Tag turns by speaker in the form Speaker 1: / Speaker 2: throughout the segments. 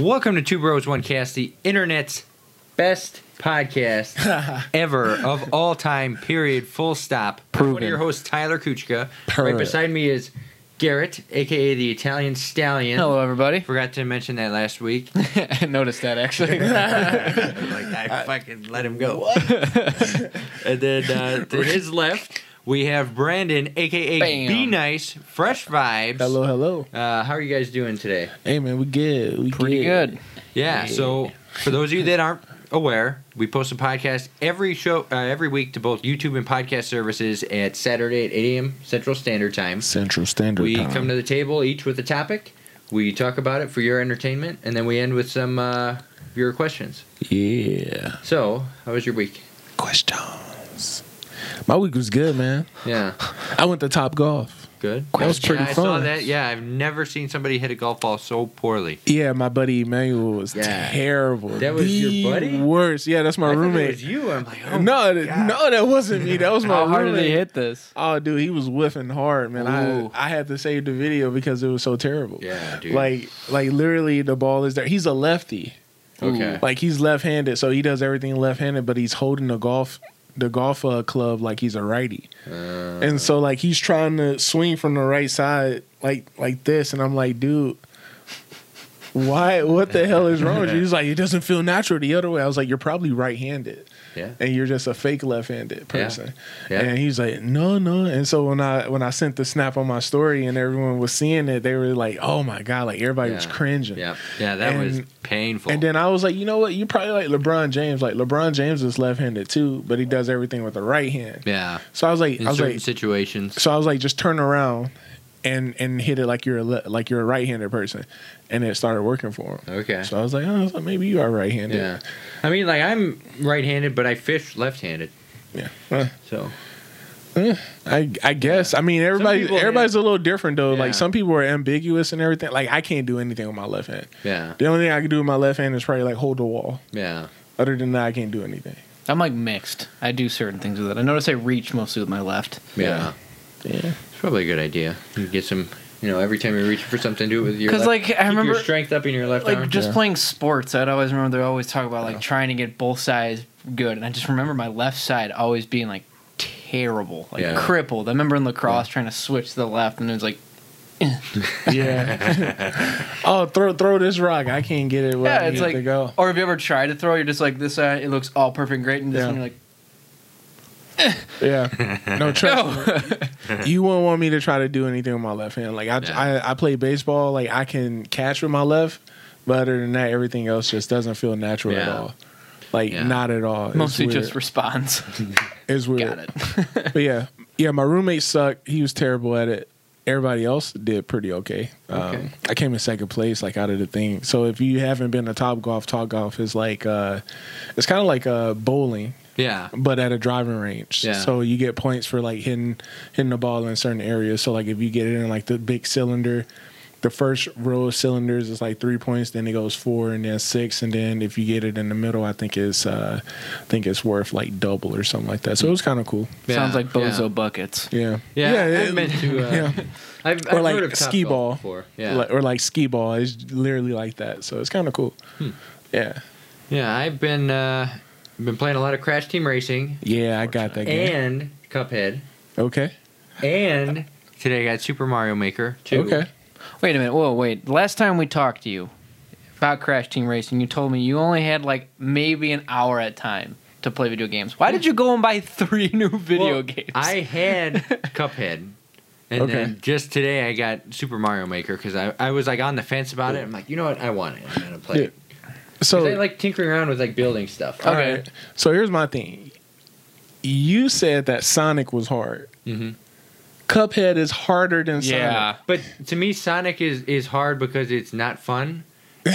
Speaker 1: Welcome to Two Bros One Cast, the internet's best podcast ever of all time. Period. Full stop. One
Speaker 2: Proven.
Speaker 1: of your hosts, Tyler Kuchka. Right
Speaker 2: Proven.
Speaker 1: beside me is Garrett, aka the Italian Stallion.
Speaker 3: Hello, everybody.
Speaker 1: Forgot to mention that last week.
Speaker 3: I noticed that actually.
Speaker 1: I'm like I fucking let him go. and then uh, to his left, we have Brandon, aka
Speaker 3: Bam.
Speaker 1: Be Nice, Fresh Vibes.
Speaker 2: Hello, hello.
Speaker 1: Uh, how are you guys doing today?
Speaker 2: Hey man, we good. We
Speaker 3: Pretty good.
Speaker 1: Yeah. So for those of you that aren't aware, we post a podcast every show uh, every week to both YouTube and podcast services at Saturday at 8 a.m. Central Standard Time.
Speaker 2: Central Standard
Speaker 1: We
Speaker 2: Time.
Speaker 1: come to the table each with a topic. We talk about it for your entertainment, and then we end with some uh, your questions.
Speaker 2: yeah.
Speaker 1: So, how was your week?
Speaker 2: Questions. My week was good, man.
Speaker 1: Yeah,
Speaker 2: I went to Top Golf.
Speaker 1: good.
Speaker 2: That was pretty
Speaker 1: I saw
Speaker 2: fun.
Speaker 1: that. Yeah, I've never seen somebody hit a golf ball so poorly.
Speaker 2: Yeah, my buddy Emmanuel was
Speaker 1: Yeah.
Speaker 2: terrible.
Speaker 1: That was
Speaker 2: The
Speaker 1: your buddy?
Speaker 2: Worst. Yeah, that's my
Speaker 1: I thought it
Speaker 2: roommate.
Speaker 1: was you. I'm like, oh,
Speaker 2: no, th- no, that wasn't me. That was my
Speaker 3: How hard did
Speaker 2: roommate.
Speaker 3: they hit this?
Speaker 2: Oh, dude, he was whiffing hard, man.
Speaker 1: Ooh.
Speaker 2: I I had to save the video because it was so terrible.
Speaker 1: yeah, dude.
Speaker 2: Like, like literally, the ball is there. He's a lefty.
Speaker 1: okay,
Speaker 2: Like he's left-handed, so he does everything left-handed, but he's holding the golf the golf uh, club like he's a righty.
Speaker 1: Uh,
Speaker 2: and so
Speaker 1: Uh-huh.
Speaker 2: like he's trying to swing from the right side like like this and I'm like, "Dude, why what the hell is wrong with you?" He's like, "It doesn't feel natural the other way." I was like, "You're probably right-handed."
Speaker 1: yeah,
Speaker 2: and you're just a fake left-handed
Speaker 1: Yeah.
Speaker 2: person.
Speaker 1: Yeah.
Speaker 2: And he's like, no, no. And so when I when I sent the snap on my story and everyone was seeing it, they were like, oh my god, like everybody was
Speaker 1: Yeah.
Speaker 2: cringing.
Speaker 1: yeah, yeah. That was
Speaker 2: And-
Speaker 1: painful.
Speaker 2: And then I was like, you know what? You probably like LeBron James. Like LeBron James is left-handed too, but he does everything with the right hand.
Speaker 1: yeah,
Speaker 2: So I was like,
Speaker 1: in
Speaker 2: I was
Speaker 1: certain
Speaker 2: like,
Speaker 1: situations.
Speaker 2: so I was like, just turn around and and hit it like you're a le- like you're a right-handed person, and it started working for him.
Speaker 1: Okay.
Speaker 2: So I was like, oh, so maybe you are right-handed.
Speaker 1: Yeah. I mean, like, I'm right handed, but I fish left handed.
Speaker 2: Yeah. Huh.
Speaker 1: So,
Speaker 2: I I guess. I mean, everybody
Speaker 1: people,
Speaker 2: everybody's a little different though.
Speaker 1: Yeah.
Speaker 2: Like some people are ambiguous and everything. Like I can't do anything with my left hand.
Speaker 1: yeah.
Speaker 2: The only thing I can do with my left hand is probably like hold the wall.
Speaker 1: Yeah.
Speaker 2: Other than that, I can't do anything.
Speaker 3: I'm like mixed. I do certain things with it. I notice I reach mostly with my left.
Speaker 1: Yeah.
Speaker 2: Yeah.
Speaker 1: It's probably a good idea. You get some, you know, every time you're reaching for something, do it with your
Speaker 3: Because
Speaker 1: left
Speaker 3: like I
Speaker 1: keep
Speaker 3: remember,
Speaker 1: your strength up in your left
Speaker 3: like
Speaker 1: arm.
Speaker 3: just
Speaker 2: Yeah.
Speaker 3: playing sports, I'd always remember they always talk about like trying to get both sides good, and I just remember my left side always being like terrible, like
Speaker 1: Yeah.
Speaker 3: crippled. I remember in lacrosse trying to switch to the left, and it was like,
Speaker 2: Yeah. oh, throw throw this rock. I can't get it where
Speaker 3: yeah,
Speaker 2: I need
Speaker 3: it's like.
Speaker 2: to go.
Speaker 3: Or have you ever tried to throw? You're just like this side, it looks all perfect, and great, and this
Speaker 2: Yeah.
Speaker 3: one you're like,
Speaker 2: Yeah. No trust.
Speaker 3: no.
Speaker 2: me. You wouldn't want me to try to do anything with my left hand. Like I,
Speaker 1: Yeah.
Speaker 2: I I play baseball. Like I can catch with my left, but other than that, everything else just doesn't feel natural at
Speaker 1: Yeah.
Speaker 2: all. Like
Speaker 1: Yeah.
Speaker 2: not at all. It's
Speaker 3: Mostly
Speaker 2: weird.
Speaker 3: just responds.
Speaker 2: It's weird.
Speaker 3: Got it.
Speaker 2: But yeah, yeah, my roommate sucked. He was terrible at it. Everybody else did pretty okay. Um,
Speaker 1: Okay.
Speaker 2: I came in second place, like out of the thing. So if you haven't been to Top Golf, Top Golf is like uh, it's kind of like uh, bowling,
Speaker 1: yeah.
Speaker 2: but at a driving range.
Speaker 1: Yeah.
Speaker 2: So you get points for like hitting hitting the ball in certain areas. So like if you get it in like the big cylinder. The first row of cylinders is like three points, then it goes four, and then six, and then if you get it in the middle, I think it's uh, I think it's worth like double or something like that. So it was kind of cool.
Speaker 1: Yeah.
Speaker 3: Sounds like bozo
Speaker 1: Yeah.
Speaker 3: buckets.
Speaker 2: Yeah.
Speaker 1: Yeah,
Speaker 2: it-
Speaker 1: I meant to. Uh,
Speaker 2: yeah.
Speaker 1: I've, I've
Speaker 2: Or like
Speaker 1: heard of
Speaker 2: ski
Speaker 1: Topgolf
Speaker 2: ball.
Speaker 1: before. Yeah,
Speaker 2: Like- or like skee ball. It's literally like that. So it's kind of cool.
Speaker 1: Hmm.
Speaker 2: Yeah.
Speaker 1: yeah. I've been uh, been playing a lot of Crash Team Racing
Speaker 2: Yeah, I got that game.
Speaker 1: and Cuphead,
Speaker 2: Okay.
Speaker 1: and today I got Super Mario Maker too.
Speaker 2: Okay.
Speaker 3: Wait a minute. Whoa, wait. Last time we talked to you about Crash Team Racing, you told me you only had like maybe an hour at time to play video games. Why did you go and buy three new video
Speaker 1: Well,
Speaker 3: games?
Speaker 1: I had Cuphead. And
Speaker 2: Okay.
Speaker 1: then just today I got Super Mario Maker because I, I was like on the fence about it. I'm like, you know what? I want it. I'm going to play it. 'Cause
Speaker 2: So
Speaker 1: I like tinkering around with like building stuff.
Speaker 2: all
Speaker 3: Okay.
Speaker 2: right. So here's my thing. You said that Sonic was hard.
Speaker 1: hmm
Speaker 2: Cuphead is harder than
Speaker 3: yeah.
Speaker 1: But to me, Sonic is, is hard because it's not fun.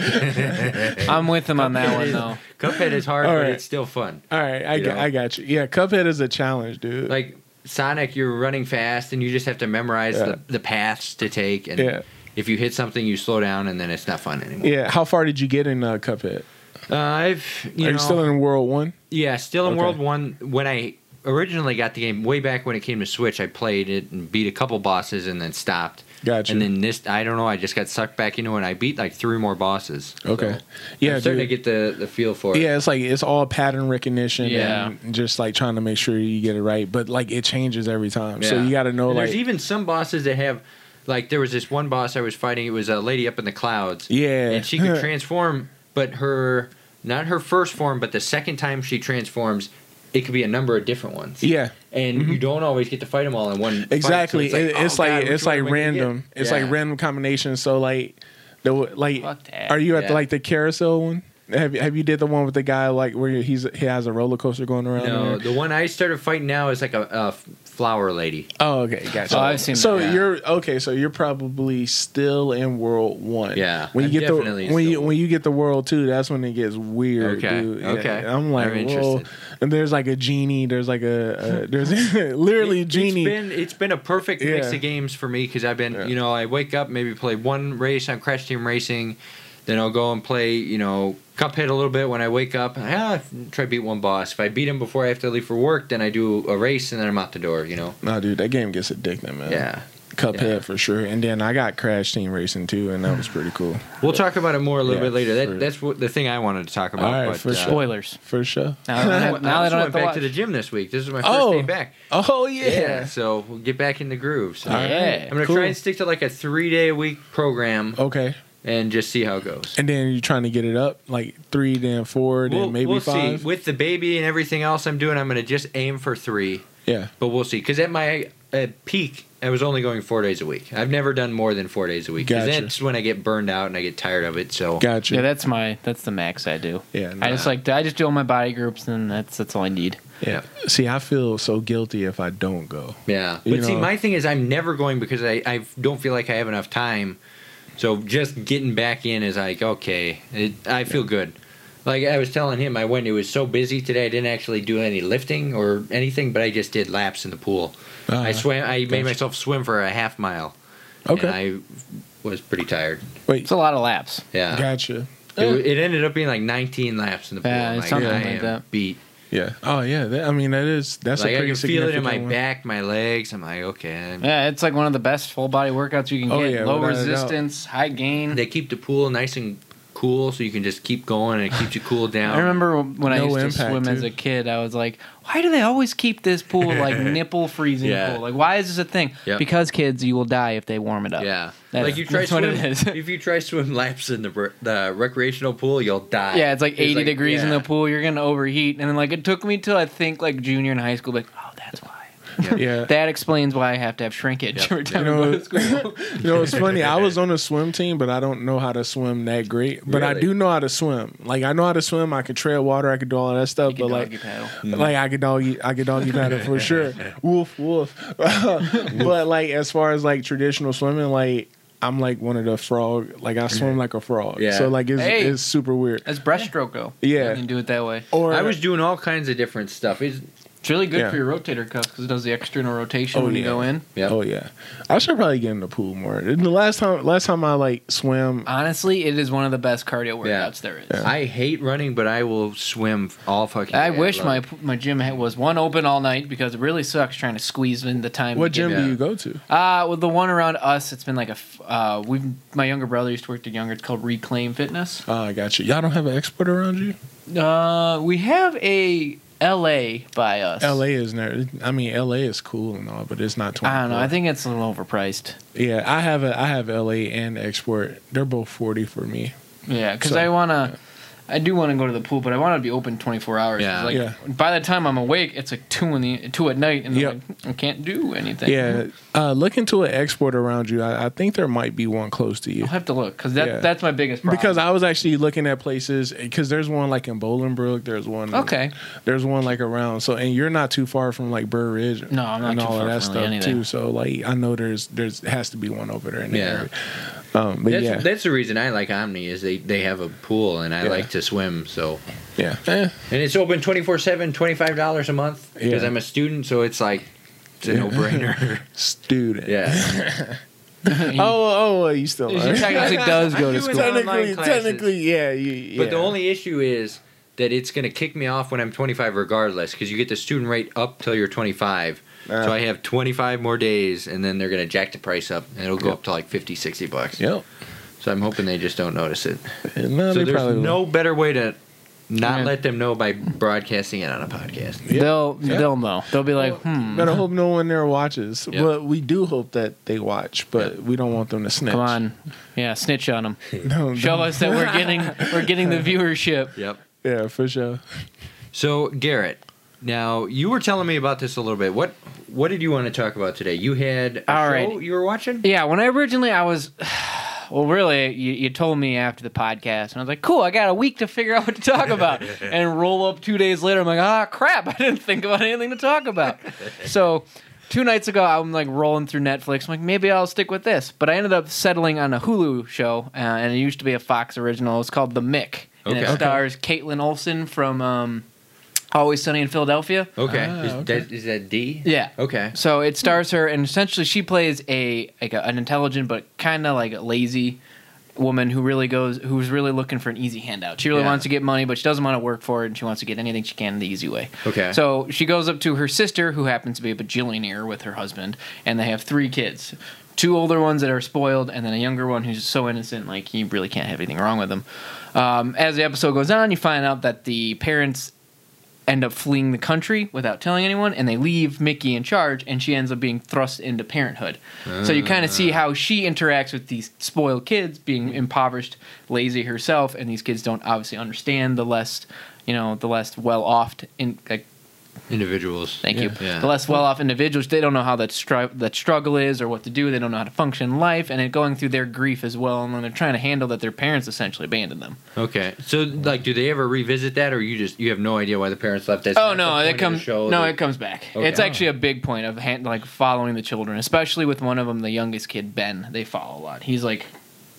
Speaker 3: I'm with him on that one
Speaker 1: is-
Speaker 3: though.
Speaker 1: Cuphead is hard,
Speaker 2: All
Speaker 1: but
Speaker 2: right.
Speaker 1: it's still fun.
Speaker 2: Sonic. All right, I,
Speaker 1: You
Speaker 2: got,
Speaker 1: know?
Speaker 2: I got you. Yeah, Cuphead is a challenge, dude.
Speaker 1: Like Sonic, you're running fast and you just have to memorize
Speaker 2: Yeah.
Speaker 1: the, the paths to take. And
Speaker 2: Yeah.
Speaker 1: if you hit something, you slow down and then it's not fun anymore.
Speaker 2: yeah. How far did you get in uh, Cuphead?
Speaker 1: Uh, I've, you
Speaker 2: Are
Speaker 1: know,
Speaker 2: you still in World One?
Speaker 1: Yeah, still in
Speaker 2: Okay.
Speaker 1: World One. When I originally got the game, way back when it came to Switch, I played it and beat a couple bosses and then stopped.
Speaker 2: Gotcha.
Speaker 1: And then this, I don't know. I just got sucked back into it. and I beat like three more bosses.
Speaker 2: okay.
Speaker 1: So
Speaker 2: yeah,
Speaker 1: I'm starting
Speaker 2: dude.
Speaker 1: to get the, the feel for it.
Speaker 2: Yeah, it's like it's all pattern recognition
Speaker 3: Yeah.
Speaker 2: and just like trying to make sure you get it right. But like it changes every time. So
Speaker 1: Yeah.
Speaker 2: you gotta know
Speaker 1: And
Speaker 2: like
Speaker 1: there's even some bosses that have, like, there was this one boss I was fighting. It was a lady up in the clouds.
Speaker 2: Yeah.
Speaker 1: and she could transform, but her not her first form, but the second time she transforms, it could be a number of different ones.
Speaker 2: Yeah.
Speaker 1: and you don't always get to fight them all in one. fight,
Speaker 2: Mm-hmm. Exactly.
Speaker 1: so
Speaker 2: It- it's
Speaker 1: oh,
Speaker 2: like
Speaker 1: God, which
Speaker 2: it's
Speaker 1: one
Speaker 2: like
Speaker 1: am I gonna get?
Speaker 2: random. It's
Speaker 1: Yeah.
Speaker 2: like random combinations. So like the like
Speaker 3: Fuck that.
Speaker 2: are you at
Speaker 1: Yeah.
Speaker 2: the, like the carousel one? Have you, have you did the one with the guy like where he's he has a roller coaster going around? in
Speaker 1: No, the
Speaker 2: there?
Speaker 1: one I started fighting now is like a, a f- flower lady.
Speaker 2: Oh, okay, gotcha.
Speaker 3: Oh, I've seen
Speaker 2: So
Speaker 3: that, yeah.
Speaker 2: you're okay. So you're probably still in world one.
Speaker 1: Yeah,
Speaker 2: When
Speaker 1: I'm
Speaker 2: you get
Speaker 1: definitely
Speaker 2: the when you
Speaker 1: still-
Speaker 2: when you get the world two, that's when it gets weird.
Speaker 1: Okay,
Speaker 2: Dude. Yeah,
Speaker 1: okay.
Speaker 2: I'm like,
Speaker 1: I'm
Speaker 2: whoa.
Speaker 1: interested.
Speaker 2: And there's like a genie. There's like a, a there's literally genie.
Speaker 1: It's been it's been a perfect mix
Speaker 2: Yeah.
Speaker 1: of games for me because I've been
Speaker 2: Yeah.
Speaker 1: you know I wake up maybe play one race on Crash Team Racing, then I'll go and play you know Cuphead a little bit when I wake up. and I ah, try to beat one boss. If I beat him before I have to leave for work, then I do a race and then I'm out the door. You know.
Speaker 2: no, dude, that game gets addicting, man.
Speaker 1: Yeah.
Speaker 2: Cuphead
Speaker 1: Yeah.
Speaker 2: for sure. And then I got Crash Team Racing too, and that was pretty cool
Speaker 1: We'll talk about it more a little
Speaker 2: Yeah,
Speaker 1: bit later.
Speaker 2: for-
Speaker 1: That, that's what the thing I wanted to talk about.
Speaker 2: All right,
Speaker 1: but,
Speaker 2: for
Speaker 1: uh,
Speaker 2: sure.
Speaker 3: Spoilers.
Speaker 2: for sure.
Speaker 3: Now, they
Speaker 1: I,
Speaker 3: don't have- now
Speaker 1: I
Speaker 3: they
Speaker 1: also
Speaker 3: don't
Speaker 1: went
Speaker 3: have to
Speaker 1: back
Speaker 3: watch.
Speaker 1: to the gym this week. This is my first
Speaker 2: Oh.
Speaker 1: day back.
Speaker 2: Oh
Speaker 1: Yeah.
Speaker 2: yeah.
Speaker 1: So we'll get back in the groove. So
Speaker 3: All right.
Speaker 1: I'm gonna
Speaker 2: Cool.
Speaker 1: try and stick to like a three day a week program
Speaker 2: Okay.
Speaker 1: and just see how it goes.
Speaker 2: And then you're trying to get it up like three, then four, then maybe five.
Speaker 1: With the baby and everything else I'm doing, I'm going to just aim for three,
Speaker 2: Yeah.
Speaker 1: but we'll see. Because at my at peak, I was only going four days a week. I've never done more than four days a week. 'cause
Speaker 2: Gotcha.
Speaker 1: that's when I get burned out and I get tired of it. So
Speaker 2: Gotcha.
Speaker 3: Yeah, that's my that's the max I do.
Speaker 2: Yeah,
Speaker 3: I just
Speaker 1: nah.
Speaker 3: like I just do all my body groups and that's that's all I need.
Speaker 2: Yeah. See, I feel so guilty if I don't go.
Speaker 1: yeah. But
Speaker 2: You
Speaker 1: see,
Speaker 2: know.
Speaker 1: my thing is I'm never going because I, I don't feel like I have enough time. So just getting back in is like okay, it, I feel good. Like I was telling him, I went. It was so busy today. I didn't actually do any lifting or anything, but I just did laps in the pool. I swam. I made
Speaker 2: Ah. gotcha.
Speaker 1: myself swim for a half mile.
Speaker 2: Uh-huh. Okay.
Speaker 1: And I was pretty tired.
Speaker 2: Wait.
Speaker 3: It's a lot of laps.
Speaker 1: Yeah.
Speaker 2: gotcha.
Speaker 1: It, wa- it ended up being like 19 laps in the pool.
Speaker 3: Yeah,
Speaker 1: I'm
Speaker 3: it's
Speaker 1: like,
Speaker 3: something
Speaker 1: I
Speaker 3: like
Speaker 1: am
Speaker 3: that.
Speaker 1: beat.
Speaker 2: Yeah. Oh yeah. That, I mean, that is that's
Speaker 1: like
Speaker 2: a
Speaker 1: I
Speaker 2: pretty
Speaker 1: can feel it in
Speaker 2: significant
Speaker 1: my
Speaker 2: one.
Speaker 1: back, my legs. I'm like, okay. I'm-
Speaker 3: Yeah, it's like one of the best full body workouts you can
Speaker 2: Oh,
Speaker 3: get.
Speaker 2: yeah,
Speaker 3: Low
Speaker 2: without a doubt.
Speaker 3: resistance, high gain.
Speaker 1: They keep the pool nice and cool, so you can just keep going and it keeps you cool down.
Speaker 3: I remember when I
Speaker 2: No
Speaker 3: used to
Speaker 2: impact,
Speaker 3: swim as a
Speaker 2: dude.
Speaker 3: kid, I was like, why do they always keep this pool like nipple freezing
Speaker 1: Yeah.
Speaker 3: pool? Like, why is this a thing?
Speaker 1: Yep.
Speaker 3: Because kids, you will die if they warm it up.
Speaker 1: Yeah.
Speaker 3: That's-
Speaker 1: like you try
Speaker 3: that's what
Speaker 1: swim,
Speaker 3: it is.
Speaker 1: if you try swim laps in the br- the recreational pool, you'll die.
Speaker 3: Yeah, it's like 80
Speaker 1: like-
Speaker 3: degrees in
Speaker 1: yeah.
Speaker 3: the pool. You're going to overheat. And then, like, it took me till I think, like, junior in high school, like, oh, that's why.
Speaker 2: Yeah.
Speaker 3: That explains why I have to have shrinkage
Speaker 1: Yep.
Speaker 3: every time
Speaker 2: You know-
Speaker 3: I go to school.
Speaker 2: You know, it's funny. I was on a swim team, but I don't know how to swim that great. But I
Speaker 1: Really?
Speaker 2: do know how to swim. Like I know how to swim. I could trail water. I could do all that stuff.
Speaker 3: You
Speaker 2: But
Speaker 3: doggy
Speaker 2: like,
Speaker 3: paddle.
Speaker 1: Mm-hmm.
Speaker 2: like I could doggy, I could doggy paddle for sure. Woof woof. but like as far as like traditional swimming, like I'm like one of the frog. Like I swim like a frog.
Speaker 1: Mm-hmm. Yeah.
Speaker 2: So like it's
Speaker 3: Hey.
Speaker 2: it's super weird.
Speaker 3: That's breaststroke, though.
Speaker 2: Yeah.
Speaker 3: You can do it that way.
Speaker 2: Or
Speaker 1: I was doing all kinds of different stuff. It's,
Speaker 3: It's really good
Speaker 2: Yeah.
Speaker 3: for your rotator cuff because it does the external rotation
Speaker 2: Oh,
Speaker 3: when you
Speaker 2: yeah.
Speaker 3: go in.
Speaker 1: yeah.
Speaker 2: Oh yeah, I should probably get in the pool more. The last time, last time I like swam,
Speaker 3: Honestly, it is one of the best cardio workouts
Speaker 1: Yeah.
Speaker 3: there is.
Speaker 1: I hate running, but I will swim all fucking.
Speaker 3: I
Speaker 1: day.
Speaker 3: wish
Speaker 1: love
Speaker 3: my
Speaker 1: it.
Speaker 3: my gym had- was one open all night because it really sucks trying to squeeze in the time.
Speaker 2: what
Speaker 3: to get-
Speaker 2: gym
Speaker 1: Yeah.
Speaker 2: do you go to?
Speaker 3: Uh, well, the one around us, it's been like a. f- Uh, we my younger brother used to work at younger. It's called Reclaim Fitness.
Speaker 2: Oh, I got you. Y'all don't have an expert around you.
Speaker 3: Uh, we have a LA by us.
Speaker 2: L.A. is there. I mean, L.A. is cool and all, but it's not. 24.
Speaker 3: I don't know. I think it's a little overpriced.
Speaker 2: Yeah, I have a, I have L.A. and export. They're both forty for me.
Speaker 3: Yeah, because
Speaker 2: So-
Speaker 3: I wanna, I do want to go to the pool, but I want to be open twenty four hours. 'cause,
Speaker 1: Yeah.
Speaker 3: Like,
Speaker 2: Yeah.
Speaker 3: By the time I'm awake, it's like two in the two at night, and I'm
Speaker 2: Yep.
Speaker 3: like, I can't do anything.
Speaker 2: Yeah, uh, look into an export around you. I, I think there might be one close to you.
Speaker 3: I'll have to look because that
Speaker 2: Yeah.
Speaker 3: that's my biggest problem.
Speaker 2: Because I was actually looking at places because there's one like in Bolingbrook, there's one
Speaker 3: Okay.
Speaker 2: there's one like around. So and you're not too far from like Burr Ridge,
Speaker 3: No, I'm not
Speaker 2: and
Speaker 3: too far from really anything.
Speaker 2: too. So like I know there's there's has to be one over there in the
Speaker 1: Yeah.
Speaker 2: area. Um, but
Speaker 1: That's,
Speaker 2: yeah,
Speaker 1: that's the reason I like Omni is they, they have a pool and I
Speaker 2: Yeah.
Speaker 1: like to swim so
Speaker 2: yeah, Eh,
Speaker 1: and it's open 24/7 $25 a month because
Speaker 2: Yeah.
Speaker 1: I'm a student so it's like it's a no-brainer
Speaker 2: student.
Speaker 1: yeah
Speaker 2: Oh, oh, you still
Speaker 3: She technically does go
Speaker 1: I'm
Speaker 3: to
Speaker 1: doing
Speaker 3: school.
Speaker 1: online
Speaker 2: technically,
Speaker 1: classes.
Speaker 2: technically, yeah, you, yeah.
Speaker 1: but the only issue is that it's going to kick me off when I'm 25 regardless because you get the student rate up till you're 25
Speaker 2: Ah.
Speaker 1: So I have 25 more days, and then they're going to jack the price up, and it'll go up to like 50, 60 bucks.
Speaker 2: Yep.
Speaker 1: So I'm hoping they just don't notice it.
Speaker 2: No,
Speaker 1: so
Speaker 2: they
Speaker 1: there's
Speaker 2: probably
Speaker 1: no
Speaker 2: will.
Speaker 1: better way to not
Speaker 3: Yeah.
Speaker 1: let them know by broadcasting it on a podcast.
Speaker 2: Yeah.
Speaker 3: They'll
Speaker 2: Yeah.
Speaker 3: they'll know. They'll be like, hmm.
Speaker 2: Better hope no one there watches.
Speaker 1: Yeah.
Speaker 2: But we do hope that they watch. But we don't want them to snitch.
Speaker 3: Come on, yeah, snitch on them.
Speaker 2: No,
Speaker 3: Show
Speaker 2: no.
Speaker 3: us that we're getting we're getting the viewership.
Speaker 1: Yep.
Speaker 2: Yeah, for sure.
Speaker 1: So Garrett, now you were telling me about this a little bit. What what did you want to talk about today? You had a
Speaker 3: All
Speaker 1: show
Speaker 3: right.
Speaker 1: you were watching.
Speaker 3: Yeah, when I originally I was, well, really, you, you told me after the podcast, and I was like, cool, I got a week to figure out what to talk about, and roll up two days later, I'm like, ah, crap, I didn't think about anything to talk about. so, two nights ago, I'm like rolling through Netflix, I'm like, maybe I'll stick with this, but I ended up settling on a Hulu show, uh, and it used to be a Fox original. It's called The Mick, and
Speaker 1: Okay.
Speaker 3: it
Speaker 1: Okay.
Speaker 3: stars Caitlin Olsen from um, Always Sunny in Philadelphia.
Speaker 1: Okay.
Speaker 2: Ah,
Speaker 1: is,
Speaker 2: okay.
Speaker 1: That, is that D?
Speaker 3: Yeah.
Speaker 1: Okay.
Speaker 3: So it stars her, and essentially she plays a like a, an intelligent but kind of like a lazy woman who really goes who's really looking for an easy handout. She really
Speaker 1: Yeah.
Speaker 3: wants to get money, but she doesn't want to work for it, and she wants to get anything she can the easy way.
Speaker 1: Okay.
Speaker 3: So she goes up to her sister, who happens to be a bajillionaire with her husband, and they have three kids. Two older ones that are spoiled, and then a younger one who's so innocent, like you really can't have anything wrong with them. Um, as the episode goes on, you find out that the parents end up fleeing the country without telling anyone and they leave Mickey in charge and she ends up being thrust into parenthood. so you kind of see how she interacts with these spoiled kids being impoverished, lazy herself and these kids don't obviously understand the less, you know, the less well off in like
Speaker 1: Individuals.
Speaker 3: Thank you.
Speaker 1: Yeah.
Speaker 3: The less well off individuals, they don't know how that, stri- that struggle is or what to do. They don't know how to function in life and it going through their grief as well. And then they're trying to handle that their parents essentially abandoned them.
Speaker 1: Okay. So like, do they ever revisit that, or you just you have no idea why the parents left? That's not
Speaker 3: Oh
Speaker 1: the
Speaker 3: no,
Speaker 1: point
Speaker 3: it
Speaker 1: of the
Speaker 3: comes.
Speaker 1: show,
Speaker 3: No,
Speaker 1: that-
Speaker 3: it comes back.
Speaker 1: Okay. Oh.
Speaker 3: It's actually a big point of hand, like following the children, especially with one of them, the youngest kid Ben. They follow a lot. He's like,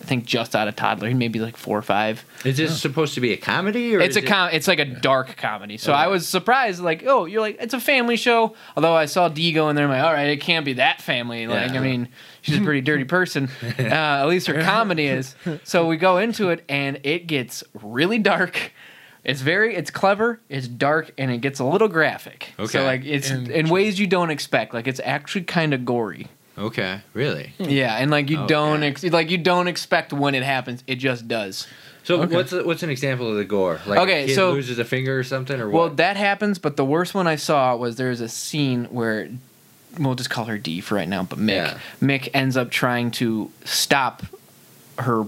Speaker 3: I think just out of toddler. He may be like four or five.
Speaker 1: Is this supposed to be a comedy? Or
Speaker 3: It's a
Speaker 1: is it-
Speaker 3: com- It's like a dark comedy. So
Speaker 1: Okay.
Speaker 3: I was surprised. Like, oh, you're like, it's a family show. Although I saw D go in there, I'm like, all right, it can't be that family. Like,
Speaker 1: Yeah.
Speaker 3: I mean, she's a pretty dirty person. Uh, at least her comedy is. So we go into it, and it gets really dark. It's very, it's clever, it's dark, and it gets a little graphic.
Speaker 1: Okay.
Speaker 3: So like, it's
Speaker 2: And-
Speaker 3: in ways you don't expect. Like, it's actually kind of gory.
Speaker 1: Okay. Really.
Speaker 3: Yeah, and like you
Speaker 1: Hmm. Okay.
Speaker 3: don't ex- like you don't expect when it happens. It just does.
Speaker 1: So
Speaker 2: Okay.
Speaker 1: what's what's an example of the gore? Like
Speaker 3: Okay,
Speaker 1: a kid
Speaker 3: so-
Speaker 1: loses a finger or something, or
Speaker 3: Well,
Speaker 1: what?
Speaker 3: that happens, but the worst one I saw was there's a scene where we'll just call her D for right now, but Mick
Speaker 1: Yeah.
Speaker 3: Mick ends up trying to stop her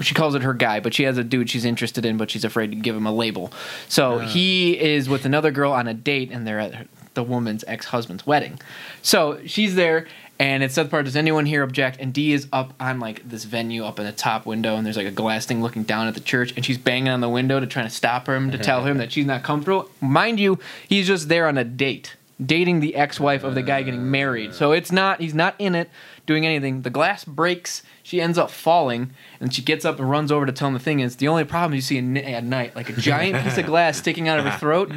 Speaker 3: she calls it her guy, but she has a dude she's interested in, but she's afraid to give him a label. So he is with another girl on a date, and they're at her- the woman's ex husband's wedding. So she's there, and it says the part, does anyone here object? And D is up on like this venue up in the top window, and there's like a glass thing looking down at the church, and she's banging on the window to try to stop him, to tell him that she's not comfortable. Mind you, he's just there on a date. Dating the ex-wife of the guy getting married, so it's not—he's not in it, doing anything. The glass breaks, she ends up falling, and she gets up and runs over to tell him the thing is the only problem you see in, at night, like a giant piece of glass sticking out of her throat.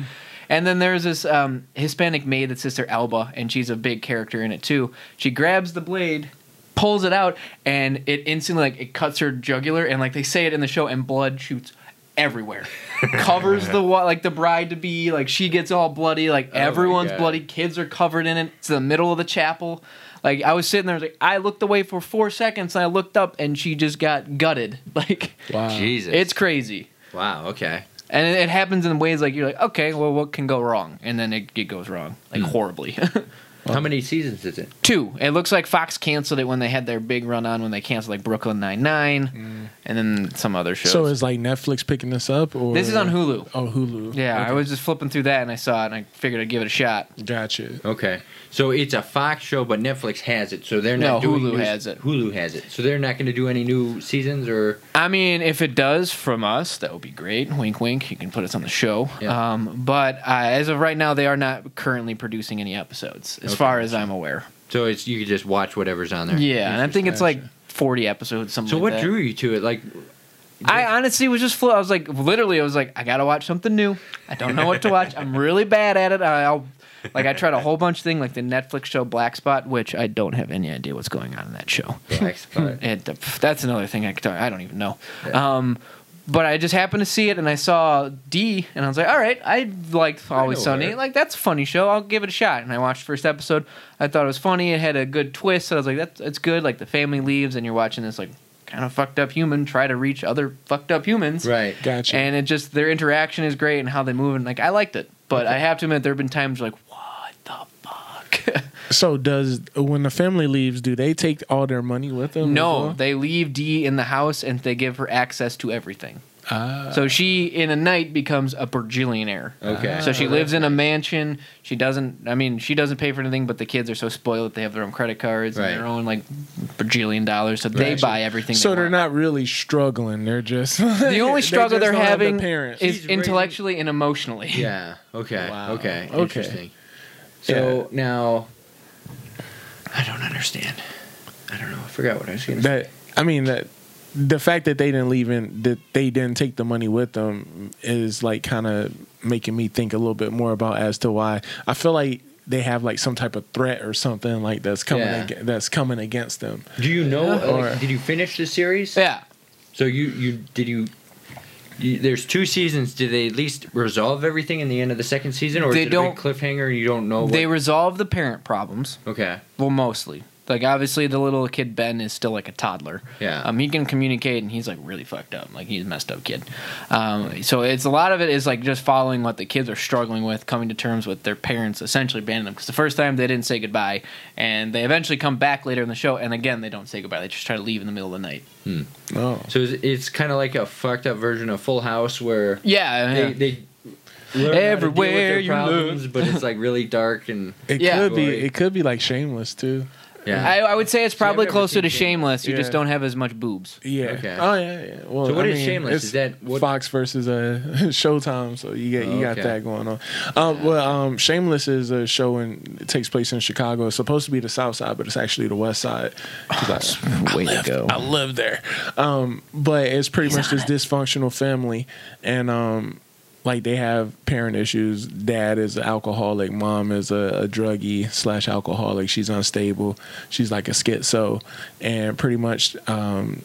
Speaker 3: And then there's this um, Hispanic maid that's Sister Alba, and she's a big character in it too. She grabs the blade, pulls it out, and it instantly like it cuts her jugular, and like they say it in the show, and blood shoots everywhere, covers the wa- like the bride to be, like she gets all bloody, like
Speaker 1: Oh my
Speaker 3: everyone's
Speaker 1: God.
Speaker 3: bloody, kids are covered in it. It's the middle of the chapel. Like I was sitting there, I was like I looked away for four seconds, and I looked up, and she just got gutted. Like
Speaker 2: Wow.
Speaker 1: Jesus.
Speaker 3: it's crazy,
Speaker 1: wow. Okay.
Speaker 3: and it, it happens in ways like you're like, okay, well, what can go wrong? And then it, it goes wrong,
Speaker 1: Hmm.
Speaker 3: like horribly.
Speaker 1: How many seasons is it?
Speaker 3: Two. It looks like Fox canceled it when they had their big run on when they canceled like Brooklyn Nine Nine,
Speaker 1: Hmm.
Speaker 3: and then some other shows.
Speaker 2: So is like Netflix picking this up, or
Speaker 3: this is on Hulu.
Speaker 2: Oh, Hulu.
Speaker 3: Yeah, I
Speaker 2: Okay.
Speaker 3: was just flipping through that and I saw it and I figured I'd give it a shot.
Speaker 2: Gotcha.
Speaker 1: Okay, so it's a Fox show, but Netflix has it, so they're
Speaker 3: No,
Speaker 1: not. doing
Speaker 3: Hulu
Speaker 1: new-
Speaker 3: has it.
Speaker 1: Hulu has it, so they're not going to do any new seasons or.
Speaker 3: I mean, if it does from us, that would be great. Wink, wink. You can put us on the show.
Speaker 1: Yeah.
Speaker 3: Um, but uh, as of right now, they are not currently producing any episodes, as
Speaker 1: Okay.
Speaker 3: far as I'm aware.
Speaker 1: So it's you could just watch whatever's on there.
Speaker 3: Yeah, and I think it's like
Speaker 2: Gotcha.
Speaker 3: 40 episodes, something
Speaker 1: So
Speaker 3: like
Speaker 1: what
Speaker 3: that.
Speaker 1: drew you to it? Like,
Speaker 3: I honestly was just flo I was like, literally, I was like, I gotta watch something new. I don't know what to watch. I'm really bad at it. I- I'll like I tried a whole bunch of things, like the Netflix show Black Spot, which I don't have any idea what's going on in that show.
Speaker 1: Black Spot.
Speaker 3: It, that's another thing I could talk. I don't even know. Um, But I just happened to see it, and I saw D, and I was like, "All right, I liked Always
Speaker 1: know
Speaker 3: Sunny.
Speaker 1: her.
Speaker 3: Like that's a funny show. I'll give it a shot." And I watched the first episode. I thought it was funny. It had a good twist. So I was like, "That's it's good." Like the family leaves, and you're watching this like kind of fucked up human try to reach other fucked up humans.
Speaker 1: Right.
Speaker 2: Gotcha.
Speaker 3: And it just their interaction is great, and how they move, and like I liked it. But I have to admit, there have been times like, "What the fuck."
Speaker 2: so does when the family leaves, do they take all their money with them? as
Speaker 3: No,
Speaker 2: well?
Speaker 3: they leave Dee in the house and they give her access to everything.
Speaker 2: Ah.
Speaker 3: so she, in a night, becomes a burgillionaire.
Speaker 1: Okay.
Speaker 3: So she lives in a mansion. She doesn't. I mean, she doesn't pay for anything, but the kids are so spoiled that they have their own credit cards
Speaker 1: Right.
Speaker 3: and their own like bajillion dollars, so they
Speaker 2: Right.
Speaker 3: buy everything.
Speaker 2: so
Speaker 3: they
Speaker 2: they're
Speaker 3: want.
Speaker 2: not really struggling. They're just
Speaker 3: The only struggle
Speaker 2: just
Speaker 3: they're
Speaker 2: don't have the
Speaker 3: having
Speaker 2: parents.
Speaker 3: is
Speaker 1: She's raising-
Speaker 3: intellectually and emotionally.
Speaker 1: Yeah. Okay.
Speaker 2: Wow.
Speaker 1: Okay.
Speaker 2: Okay.
Speaker 1: Interesting. So now, I don't understand. I don't know. I forgot what I was going to
Speaker 2: that I mean that the fact that they didn't leave and that they didn't take the money with them is like kind of making me think a little bit more about as to why I feel like they have like some type of threat or something like that's coming
Speaker 1: Yeah.
Speaker 2: aga that's coming against them.
Speaker 1: Do you know?
Speaker 2: Yeah.
Speaker 1: like,
Speaker 2: Or-
Speaker 1: did you finish the series?
Speaker 3: Yeah.
Speaker 1: So you you did you. you- There's two seasons. Did they at least resolve everything in the end of the second season, or
Speaker 3: They
Speaker 1: is it a big
Speaker 3: don't-
Speaker 1: cliffhanger? and You don't know. What,
Speaker 3: They resolve the parent problems.
Speaker 1: okay.
Speaker 3: Well, mostly. Like obviously, the little kid Ben is still like a toddler.
Speaker 1: Yeah.
Speaker 3: Um, he can communicate, and he's like really fucked up. Like he's a messed up kid. Um, so it's a lot of it is like just following what the kids are struggling with, coming to terms with their parents essentially banning them because the first time they didn't say goodbye, and they eventually come back later in the show, and again they don't say goodbye. They just try to leave in the middle of the night.
Speaker 2: Oh.
Speaker 1: So it's, it's kind of like a fucked up version of Full House, where
Speaker 3: Yeah. yeah.
Speaker 1: they they learn
Speaker 3: Everywhere
Speaker 1: everywhere
Speaker 3: you
Speaker 1: how to deal with their problems, but it's like really dark and
Speaker 2: It
Speaker 3: Yeah.
Speaker 2: could be it could be like shameless too.
Speaker 1: yeah.
Speaker 3: I, I would say it's
Speaker 1: See, I've
Speaker 3: probably
Speaker 1: never
Speaker 3: closer
Speaker 1: seen
Speaker 3: to
Speaker 1: Shameless.
Speaker 3: Shameless. You just
Speaker 2: Yeah.
Speaker 3: don't have as much boobs.
Speaker 2: Yeah.
Speaker 1: Okay.
Speaker 2: Oh yeah, yeah. Well,
Speaker 1: So what
Speaker 2: I
Speaker 1: is
Speaker 2: mean,
Speaker 1: Shameless?
Speaker 2: it's
Speaker 1: Is that- what-
Speaker 2: Fox versus uh, Showtime? So you get you got
Speaker 1: Okay.
Speaker 2: that going on. Um, well, um, Shameless is a show and it takes place in Chicago. It's supposed to be the South Side, but it's actually the West Side. 'Cause I-
Speaker 3: Way to go.
Speaker 2: I live there. Um, but it's pretty much this dysfunctional family, and um, like they have parent issues. Dad is an alcoholic. Mom is a, a druggie slash alcoholic. She's unstable. She's like a schizo, and pretty much um,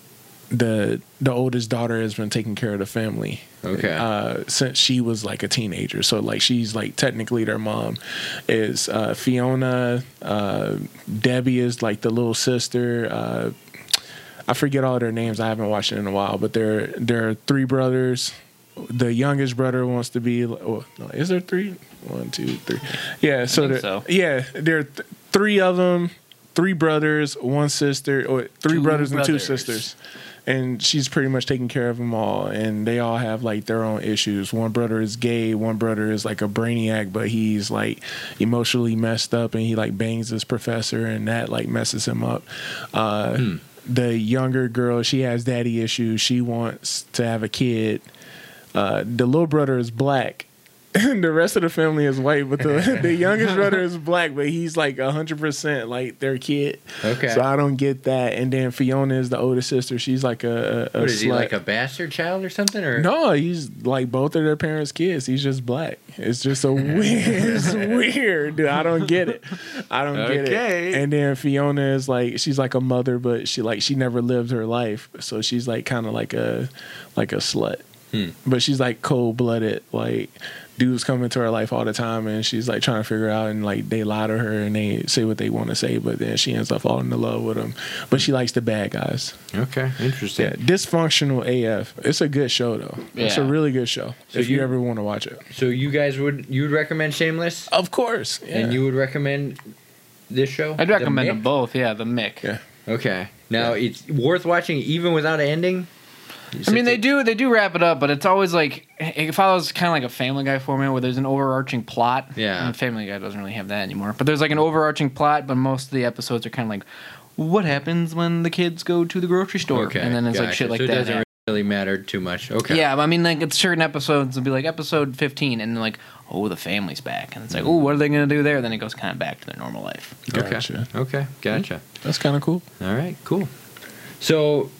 Speaker 2: the the oldest daughter has been taking care of the family.
Speaker 1: Okay.
Speaker 2: Uh, since she was like a teenager, so like she's like technically their mom. Is uh, Fiona, uh, Debbie is like the little sister. Uh, I forget all their names. I haven't watched it in a while, but there there are three brothers. The youngest brother wants to be. Well, no, is there three? One, two, three. Yeah. So,
Speaker 3: think
Speaker 2: there,
Speaker 3: so.
Speaker 2: yeah, there are th- three of them. Three brothers, one sister, or three
Speaker 3: Two
Speaker 2: brothers and two
Speaker 3: brothers.
Speaker 2: sisters, and she's pretty much taking care of them all. And they all have like their own issues. One brother is gay. One brother is like a brainiac, but he's like emotionally messed up, and he like bangs his professor, and that like messes him up. Uh,
Speaker 3: Hmm.
Speaker 2: the younger girl she has daddy issues she wants to have a kid uh, the little brother is black the rest of the family is white but the, the youngest brother is black but he's like 100% like their kid
Speaker 1: Okay.
Speaker 2: so i don't get that and then fiona is the older sister she's like a, a, a
Speaker 1: what is he
Speaker 2: slut.
Speaker 1: like a bastard child or something? Or
Speaker 2: no, he's like both of their parents' kids. He's just black. It's just a weird, it's weird, dude. I don't get it. I don't get
Speaker 1: Okay.
Speaker 2: it. And then Fiona is like, she's like a mother, but she like she never lived her life, so she's like kind of like a, like a slut.
Speaker 1: Hmm.
Speaker 2: But she's like cold blooded. Like dudes come into her life all the time, and she's like trying to figure out, and like they lie to her and they say what they want to say, but then she ends up falling in love with them. But she likes the bad guys.
Speaker 1: Okay. Interesting.
Speaker 2: Yeah, dysfunctional AF. It's a good show though. It's a
Speaker 3: Yeah.
Speaker 2: really good show.
Speaker 1: So
Speaker 2: if you,
Speaker 1: you-
Speaker 2: ever want to watch it,
Speaker 1: So you guys would you would recommend Shameless,
Speaker 2: of course. Yeah.
Speaker 1: and you would recommend this show?
Speaker 3: I'd
Speaker 1: The
Speaker 3: recommend them
Speaker 1: Mick?
Speaker 3: both. Yeah, the Mick.
Speaker 2: Yeah.
Speaker 1: Okay. Now it's worth watching even without an ending.
Speaker 3: I mean, they do they do wrap it up, but it's always like it follows kind of like a Family Guy format where there's an overarching plot.
Speaker 1: Yeah.
Speaker 3: and Family Guy doesn't really have that anymore. But there's like an overarching plot, but most of the episodes are kind of like, what happens when the kids go to the grocery store?
Speaker 1: Okay.
Speaker 3: and then it's like
Speaker 1: gotcha.
Speaker 3: shit like
Speaker 1: so It
Speaker 3: that.
Speaker 1: doesn't really matter too much. Okay.
Speaker 3: Yeah, but I mean, like it's certain episodes will be like episode 15, and like, oh, the family's back, and it's like, oh, what are they gonna do there? Then it goes kind of back to their normal life.
Speaker 1: Okay.
Speaker 2: Gotcha.
Speaker 1: Okay. Gotcha.
Speaker 2: That's kind of cool.
Speaker 1: All right. Cool. So.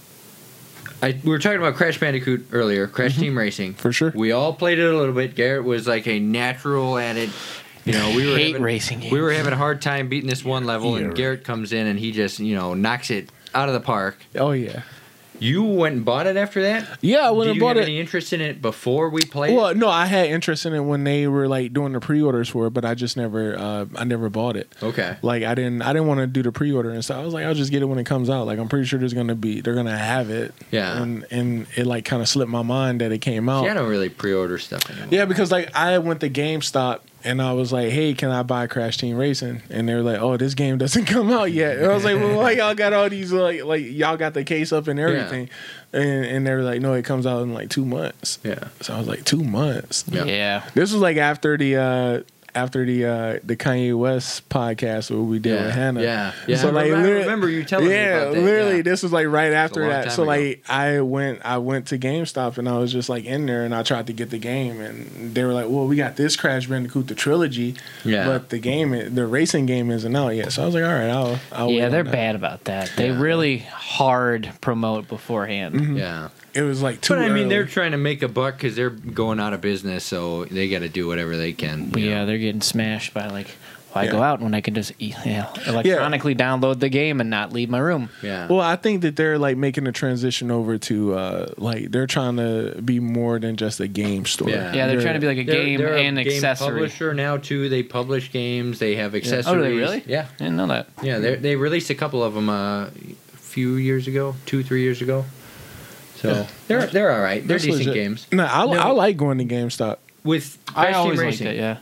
Speaker 1: I, we were talking about Crash Bandicoot earlier, Crash Team Racing.
Speaker 2: Mm-hmm. For sure.
Speaker 1: We all played it a little bit. Garrett was like a natural at it. You know, we were
Speaker 3: Hate
Speaker 1: having-
Speaker 3: racing games.
Speaker 1: We were having a hard time beating this one level, and Garrett comes in and he just you know knocks it out of the park.
Speaker 2: Oh yeah.
Speaker 1: You went and bought it after that?
Speaker 2: Yeah, I
Speaker 1: Did
Speaker 2: went
Speaker 1: you
Speaker 2: and bought
Speaker 1: have
Speaker 2: it.
Speaker 1: any interest in it before we played?
Speaker 2: Well, no, I had interest in it when they were like doing the pre-orders for it, but I just never, uh, I never bought it.
Speaker 1: it? Okay.
Speaker 2: Like I didn't, I didn't want to do the pre-order and stuff. I was like, I'll just get it when it comes out. Like I'm pretty sure there's gonna be, they're gonna have it.
Speaker 1: Yeah.
Speaker 2: And and it like kind of slipped my mind that it came
Speaker 1: See,
Speaker 2: out.
Speaker 1: I don't really pre-order stuff anymore.
Speaker 2: Yeah, because like I went to GameStop and I was like, "Hey, can I buy Crash Team Racing?" And they were like, "Oh, this game doesn't come out yet." And I was like, "Well, why y'all got all these like like y'all got the case up and everything?" And and they were like, "No, it comes out in like two months."
Speaker 1: Yeah.
Speaker 2: So I was like, two months."
Speaker 1: Yeah.
Speaker 3: yeah.
Speaker 2: This was like after the uh after the uh the Kanye West podcast where we did
Speaker 1: Yeah,
Speaker 2: with Hannah.
Speaker 1: yeah, yeah.
Speaker 2: So
Speaker 1: I
Speaker 2: like,
Speaker 1: remember- I
Speaker 2: literally-
Speaker 1: remember you telling me
Speaker 2: yeah,
Speaker 1: about that,
Speaker 2: literally,
Speaker 1: yeah.
Speaker 2: this was like right after
Speaker 1: long
Speaker 2: that.
Speaker 1: time
Speaker 2: So
Speaker 1: ago.
Speaker 2: like, I went, I went to GameStop and I was just like in there and I tried to get the game and they were like, well, we got this Crash Bandicoot the trilogy,
Speaker 1: Yeah.
Speaker 2: but the game, i- the racing game isn't out yet. So I was like, all right, I'll, I'll wait
Speaker 3: Oh, Yeah,
Speaker 2: on
Speaker 3: they're
Speaker 2: that.
Speaker 3: bad about that. They
Speaker 1: Yeah.
Speaker 3: really hard promote beforehand.
Speaker 1: Yeah.
Speaker 2: It was like too.
Speaker 1: But I mean, they're
Speaker 2: early.
Speaker 1: trying to make a buck because they're going out of business, so they got to do whatever they can.
Speaker 3: But
Speaker 1: you
Speaker 3: yeah,
Speaker 1: know?
Speaker 3: they're getting smashed by like, why go
Speaker 2: Yeah.
Speaker 3: out when I can just e- yeah, electronically download the game and not leave my room?
Speaker 1: yeah.
Speaker 2: Well, I think that they're like making a transition over to uh like they're trying to be more than just a game store.
Speaker 1: Yeah.
Speaker 3: Yeah, they're trying to be like a game and accessory.
Speaker 1: publisher now too. They publish games. They have accessories.
Speaker 3: Oh, do they really?
Speaker 1: Yeah,
Speaker 3: I didn't know that.
Speaker 1: yeah. They they released a couple of them uh, a few years ago, two three years ago. So
Speaker 2: Yeah.
Speaker 1: they're they're all right. They're
Speaker 2: That's
Speaker 1: decent
Speaker 2: legit.
Speaker 1: games.
Speaker 2: No, I,
Speaker 1: No.
Speaker 2: I like going to GameStop.
Speaker 1: With
Speaker 3: I
Speaker 1: Crash Team
Speaker 3: always liked
Speaker 1: Racing,
Speaker 3: it. Yeah.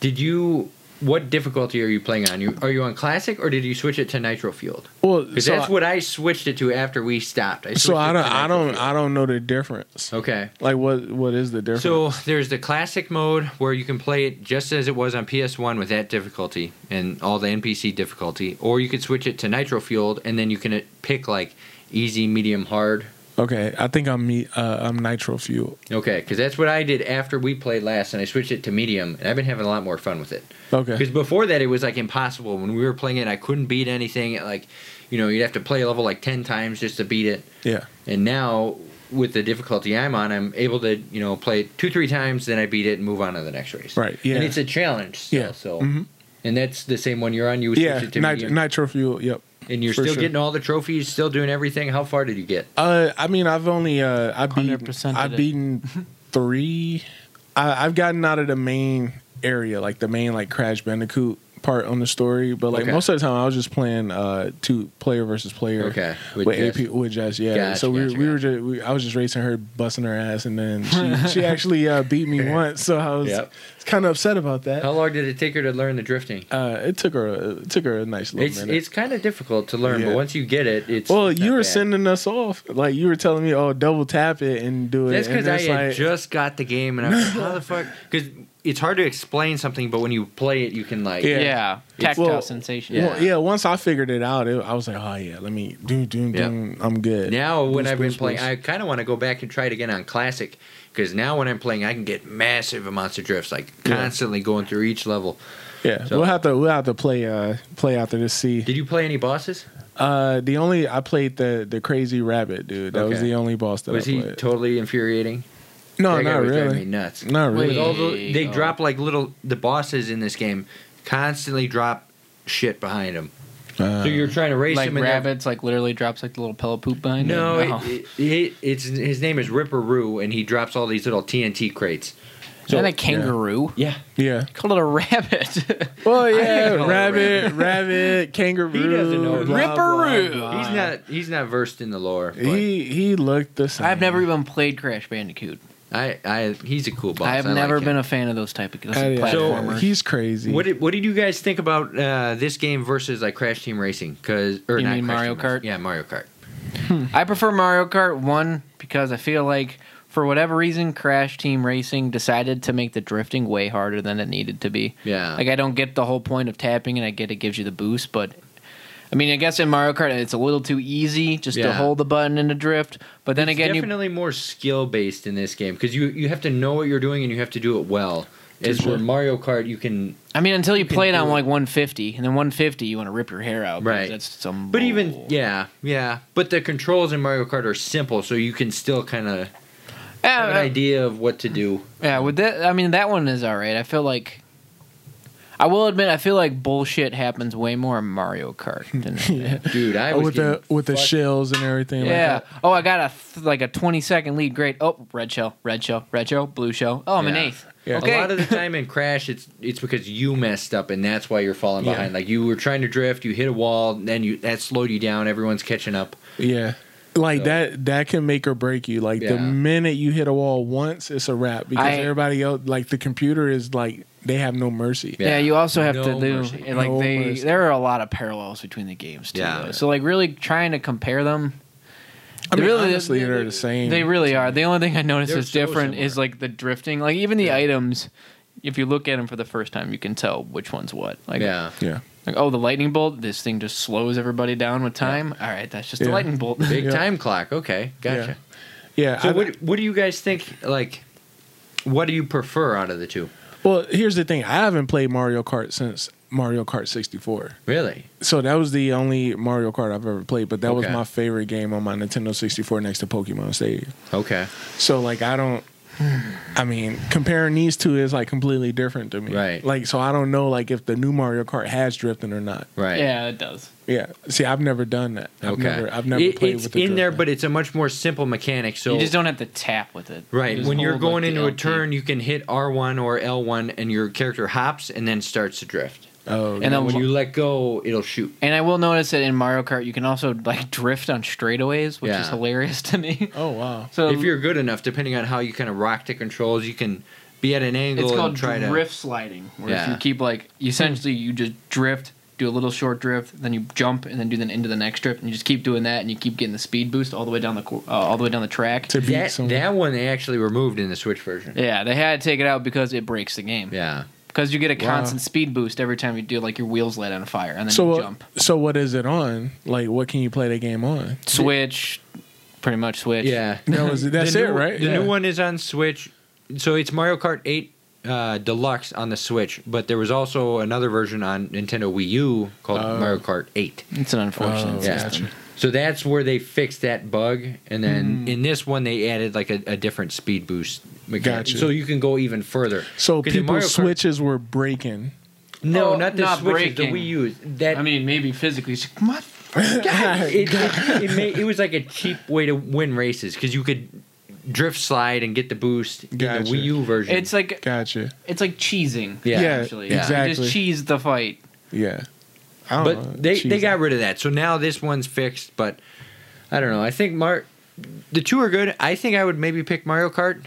Speaker 1: did you? What difficulty are you playing on? You are you on classic or did you switch it to nitro fueled?
Speaker 2: Well,
Speaker 1: Because
Speaker 2: so
Speaker 1: that's
Speaker 2: I,
Speaker 1: what I switched it to after we stopped. I
Speaker 2: so
Speaker 1: switched
Speaker 2: I
Speaker 1: it
Speaker 2: don't,
Speaker 1: to
Speaker 2: I
Speaker 1: nitro
Speaker 2: don't,
Speaker 1: fueled.
Speaker 2: I don't know the difference.
Speaker 1: Okay.
Speaker 2: Like what, what is the difference?
Speaker 1: So there's the classic mode where you can play it just as it was on PS1 with that difficulty and all the NPC difficulty, or you could switch it to nitro fueled and then you can uh, pick like easy, medium, hard.
Speaker 2: okay, I think I'm, me- uh, I'm nitro fuel.
Speaker 1: Okay, because that's what I did after we played last, and I switched it to medium, and I've been having a lot more fun with it. Because
Speaker 2: Okay,
Speaker 1: before that, it was like impossible. When we were playing it, I couldn't beat anything. Like, you know, you'd have to play a level like ten times just to beat it.
Speaker 2: yeah,
Speaker 1: And now with the difficulty I'm on, I'm able to you know play it two three times, then I beat it and move on to the next race.
Speaker 2: Right, yeah.
Speaker 1: And it's a challenge. Still,
Speaker 2: Yeah,
Speaker 1: So.
Speaker 2: mhm.
Speaker 1: And that's the same one you're on. You switched
Speaker 2: yeah.
Speaker 1: it to
Speaker 2: Nit-
Speaker 1: medium,
Speaker 2: nitro fuel. Yep.
Speaker 1: and you're
Speaker 2: for
Speaker 1: still
Speaker 2: sure.
Speaker 1: getting all the trophies, still doing everything. How far did you get?
Speaker 2: Uh, I mean, I've only, uh, I beat,
Speaker 3: 100%
Speaker 2: I've
Speaker 3: did it.
Speaker 2: beaten three. I, I've gotten out of the main area, like the main like Crash Bandicoot part on the story, but like
Speaker 1: Okay.
Speaker 2: most of the time, I was just playing uh two player versus player.
Speaker 1: Okay,
Speaker 2: with,
Speaker 1: with
Speaker 2: AP
Speaker 1: Jess.
Speaker 2: with Jess, yeah.
Speaker 1: Gotcha,
Speaker 2: so we
Speaker 1: gotcha,
Speaker 2: we were
Speaker 1: gotcha.
Speaker 2: just we, I was just racing her, busting her ass, and then she, she actually uh, beat me once, so I was
Speaker 1: Yep.
Speaker 2: kind of upset about that.
Speaker 1: How long did it take her to learn the drifting?
Speaker 2: Uh, it took her it took her a nice little
Speaker 1: It's
Speaker 2: minute.
Speaker 1: it's kind of difficult to learn,
Speaker 2: Yeah.
Speaker 1: but once you get it, it's
Speaker 2: well,
Speaker 1: not
Speaker 2: you were
Speaker 1: bad.
Speaker 2: sending us off. Like you were telling me, oh, double tap it and do it.
Speaker 1: That's
Speaker 2: and
Speaker 1: because I
Speaker 2: it's
Speaker 1: had
Speaker 2: like-
Speaker 1: just got the game, and I was like, how the fuck? Because it's hard to explain something, but when you play it, you can like
Speaker 2: Yeah.
Speaker 3: Yeah.
Speaker 2: It's-
Speaker 3: Tactile
Speaker 2: well,
Speaker 3: sensation.
Speaker 1: Yeah.
Speaker 2: Well, yeah, once I figured it out, it, I was like, oh yeah, let me do do
Speaker 1: Yeah.
Speaker 2: do. I'm good.
Speaker 1: Now, when
Speaker 2: Boost,
Speaker 1: I've been
Speaker 2: boost,
Speaker 1: playing,
Speaker 2: boost.
Speaker 1: I kind of want to go back and try it again on classic because now when I'm playing, I can get massive amounts of drifts, like
Speaker 2: Yeah.
Speaker 1: constantly going through each level.
Speaker 2: yeah,
Speaker 1: so-
Speaker 2: we'll have to we'll have to play uh play out there to see.
Speaker 1: Did you play any bosses?
Speaker 2: Uh, the only I played the the crazy rabbit dude. That was
Speaker 1: Okay.
Speaker 2: the only boss that
Speaker 1: Was
Speaker 2: I
Speaker 1: he
Speaker 2: played.
Speaker 1: totally infuriating?
Speaker 2: no,
Speaker 1: That guy
Speaker 2: not
Speaker 1: was driving
Speaker 2: really.
Speaker 1: Me nuts.
Speaker 2: Not
Speaker 3: Wait,
Speaker 2: really.
Speaker 1: With all the, they
Speaker 3: oh.
Speaker 1: drop like little the bosses in this game constantly drop shit behind them.
Speaker 2: Uh,
Speaker 1: so you're trying to race
Speaker 3: Like
Speaker 1: him and they're-
Speaker 3: rabbits, like literally drops like the little pellet poop behind.
Speaker 1: No,
Speaker 3: it. Oh.
Speaker 1: it, it, it, it's his name is Ripper Roo, and he drops all these little TNT crates.
Speaker 3: Is that a kangaroo?
Speaker 1: Yeah,
Speaker 2: yeah.
Speaker 3: Called it a rabbit.
Speaker 2: Well,
Speaker 1: didn't
Speaker 2: yeah,
Speaker 1: call it
Speaker 2: rabbit, rabbit, kangaroo.
Speaker 1: He doesn't know.
Speaker 2: blah,
Speaker 3: Ripperoo.
Speaker 2: blah, blah.
Speaker 1: he's not he's not versed in the lore. But
Speaker 2: He he looked the same.
Speaker 3: I've never even played Crash Bandicoot.
Speaker 1: I, I he's a cool boss.
Speaker 3: I have
Speaker 1: like
Speaker 3: never
Speaker 1: him.
Speaker 3: been a fan of those type of those
Speaker 2: Uh, yeah.
Speaker 3: platformers.
Speaker 2: he's crazy.
Speaker 1: What did, what did you guys think about uh, this game versus like Crash Team Racing? Because or
Speaker 3: You
Speaker 1: not
Speaker 3: mean
Speaker 1: Crash
Speaker 3: Mario
Speaker 1: Team Racing.
Speaker 3: Kart?
Speaker 1: Yeah, Mario Kart.
Speaker 3: I prefer Mario Kart 1 because I feel like for whatever reason Crash Team Racing decided to make the drifting way harder than it needed to be.
Speaker 1: Yeah.
Speaker 3: Like I don't get the whole point of tapping and I get it gives you the boost, but I mean, I guess in Mario Kart it's a little too easy just to
Speaker 1: Yeah.
Speaker 3: hold the button and to drift, but then
Speaker 1: It's
Speaker 3: again you
Speaker 1: definitely more skill based in this game because you you have to know what you're doing and you have to do it well. As for
Speaker 2: sure.
Speaker 1: Mario Kart, you can
Speaker 3: I mean until you,
Speaker 1: can
Speaker 3: play it
Speaker 1: do
Speaker 3: on
Speaker 1: it.
Speaker 3: like 150 and then 150 you want to rip your hair out because
Speaker 1: Right.
Speaker 3: that's some
Speaker 1: But
Speaker 3: bull.
Speaker 1: even yeah, yeah. But the controls in Mario Kart are simple, so you can still kind of
Speaker 3: Yeah,
Speaker 1: have an
Speaker 3: uh,
Speaker 1: idea of what to do.
Speaker 3: Yeah, with that, I mean that one is all right. I feel like I will admit, I feel like bullshit happens way more in Mario Kart than yeah.
Speaker 1: Dude, I was
Speaker 2: Oh, with the
Speaker 1: getting
Speaker 2: with the
Speaker 1: fucked-
Speaker 2: shells and everything.
Speaker 3: yeah.
Speaker 2: Like
Speaker 1: uh,
Speaker 2: that.
Speaker 3: Oh, I got a th- like a twenty second lead. Great. Oh, red shell, red shell, red shell, blue shell. Oh, I'm an
Speaker 1: Yeah.
Speaker 3: eighth.
Speaker 2: Yeah.
Speaker 3: Okay.
Speaker 1: A lot of the time in Crash, it's it's because you messed up and that's why you're falling
Speaker 2: Yeah.
Speaker 1: behind. Like you were trying to drift, you hit a wall, and then you that slowed you down. Everyone's catching up.
Speaker 2: yeah. Like
Speaker 1: So-
Speaker 2: that that can make or break you. Like the
Speaker 1: Yeah.
Speaker 2: minute you hit a wall once, it's a wrap because
Speaker 3: I-
Speaker 2: everybody else, like the computer, is like they have no mercy.
Speaker 1: Yeah.
Speaker 3: Yeah. you also have to
Speaker 1: No
Speaker 3: do
Speaker 1: mercy.
Speaker 3: and, like
Speaker 2: No
Speaker 3: they
Speaker 2: mercy.
Speaker 3: there are a lot of parallels between the games too.
Speaker 1: Yeah.
Speaker 3: though. So like really trying to compare them.
Speaker 2: I
Speaker 3: They
Speaker 2: mean,
Speaker 3: really-
Speaker 2: honestly, they're the same.
Speaker 3: They really are. The only thing I noticed
Speaker 1: They're
Speaker 3: is
Speaker 1: so
Speaker 3: different is
Speaker 1: similar.
Speaker 3: like the drifting. Like even the items, if you look at them for the first time, you can tell which one's what. Like
Speaker 1: yeah.
Speaker 2: yeah.
Speaker 3: Like oh, the lightning bolt. This thing just slows everybody down with time. All right, that's just a
Speaker 2: Yeah.
Speaker 3: lightning bolt.
Speaker 1: Big
Speaker 2: Yeah.
Speaker 1: time clock. Okay, gotcha.
Speaker 2: Yeah.
Speaker 1: So
Speaker 2: I-
Speaker 1: what what do you guys think? Like, what do you prefer out of the two?
Speaker 2: well, here's the thing. I haven't played Mario Kart since Mario Kart 64.
Speaker 1: Really?
Speaker 2: So that was the only Mario Kart I've ever played, but that was
Speaker 1: Okay.
Speaker 2: my favorite game on my Nintendo 64 next to Pokemon Stadium.
Speaker 1: Okay.
Speaker 2: So like I don't I mean, comparing these two is like completely different to me.
Speaker 1: Right.
Speaker 2: Like so I don't know like if the new Mario Kart has drifting or not.
Speaker 1: Right.
Speaker 3: Yeah, it does.
Speaker 2: Yeah. See, I've never done that. I've
Speaker 1: Okay.
Speaker 2: never I've never
Speaker 1: It-
Speaker 2: played
Speaker 1: it's
Speaker 2: with the
Speaker 1: in there,
Speaker 2: drifting.
Speaker 1: but it's a much more simple mechanic. So
Speaker 3: you just don't have to tap with it.
Speaker 1: Right.
Speaker 3: You just
Speaker 1: When you're
Speaker 3: hold, like,
Speaker 1: going
Speaker 3: the
Speaker 1: into a
Speaker 3: LT.
Speaker 1: turn, you can hit R1 or L1, and your character hops and then starts to drift. And
Speaker 2: Oh,
Speaker 3: And
Speaker 1: then
Speaker 3: then
Speaker 1: when
Speaker 3: wh-
Speaker 1: you let go, it'll shoot.
Speaker 3: And I will notice that in Mario Kart, you can also like drift on straightaways, which is
Speaker 1: Yeah.
Speaker 3: hilarious to me.
Speaker 2: oh wow.
Speaker 3: So
Speaker 1: if you're good enough, depending on how you kind of rock the controls, you can be at an angle
Speaker 3: it's called
Speaker 1: and try
Speaker 3: drift sliding, where if
Speaker 1: Yeah.
Speaker 3: you keep like essentially you just drift, do a little short drift, then you jump, and then do then into the next drift, and you just keep doing that, and you keep getting the speed boost all the way down the cor- uh, all the way down the track.
Speaker 2: To
Speaker 1: to.
Speaker 2: beat
Speaker 1: That,
Speaker 2: someone.
Speaker 1: that one they actually removed in the Switch version.
Speaker 3: Yeah, they had to take it out because it breaks the game.
Speaker 1: Yeah.
Speaker 3: Because you get a
Speaker 2: Wow.
Speaker 3: constant speed boost every time you do like your wheels light on fire, and then
Speaker 2: so uh,
Speaker 3: you
Speaker 2: what-
Speaker 3: jump.
Speaker 2: so what is it on? Like what can you play the game on?
Speaker 3: Switch, pretty much switch.
Speaker 1: Yeah.
Speaker 2: That was that's
Speaker 1: the
Speaker 2: it,
Speaker 1: new,
Speaker 2: right?
Speaker 1: The
Speaker 2: Yeah.
Speaker 1: new one is on Switch. So it's Mario Kart 8 uh, Deluxe on the Switch, but there was also another version on Nintendo Wii U called
Speaker 2: Oh.
Speaker 1: Mario Kart 8.
Speaker 3: it's an unfortunate
Speaker 2: Oh,
Speaker 1: Yeah.
Speaker 3: system.
Speaker 1: So that's where they fixed that bug, and then
Speaker 2: Hmm.
Speaker 1: in this one they added like a, a different speed boost mechanic,
Speaker 2: Gotcha.
Speaker 1: so you can go even further.
Speaker 2: So
Speaker 1: 'Cause in Mario
Speaker 2: people's
Speaker 1: Kart-
Speaker 2: switches were breaking.
Speaker 1: No,
Speaker 3: Oh,
Speaker 1: not the
Speaker 3: not
Speaker 1: switches. The
Speaker 3: breaking.
Speaker 1: Wii U. That
Speaker 3: I mean, maybe physically. It's like, "Mother-
Speaker 1: it, it, it, made, it was like a cheap way to win races because you could drift slide and get the boost in
Speaker 2: Gotcha.
Speaker 1: the Wii U version.
Speaker 3: It's like
Speaker 2: Gotcha.
Speaker 3: it's like cheesing.
Speaker 1: Yeah.
Speaker 2: Yeah,
Speaker 3: essentially.
Speaker 2: exactly.
Speaker 3: You just cheese the fight.
Speaker 2: Yeah. I don't know.
Speaker 1: but they they
Speaker 2: Cheesy.
Speaker 1: got rid of that, so now this one's fixed. But I don't know. I think Mar the two are good. I think I would maybe pick Mario Kart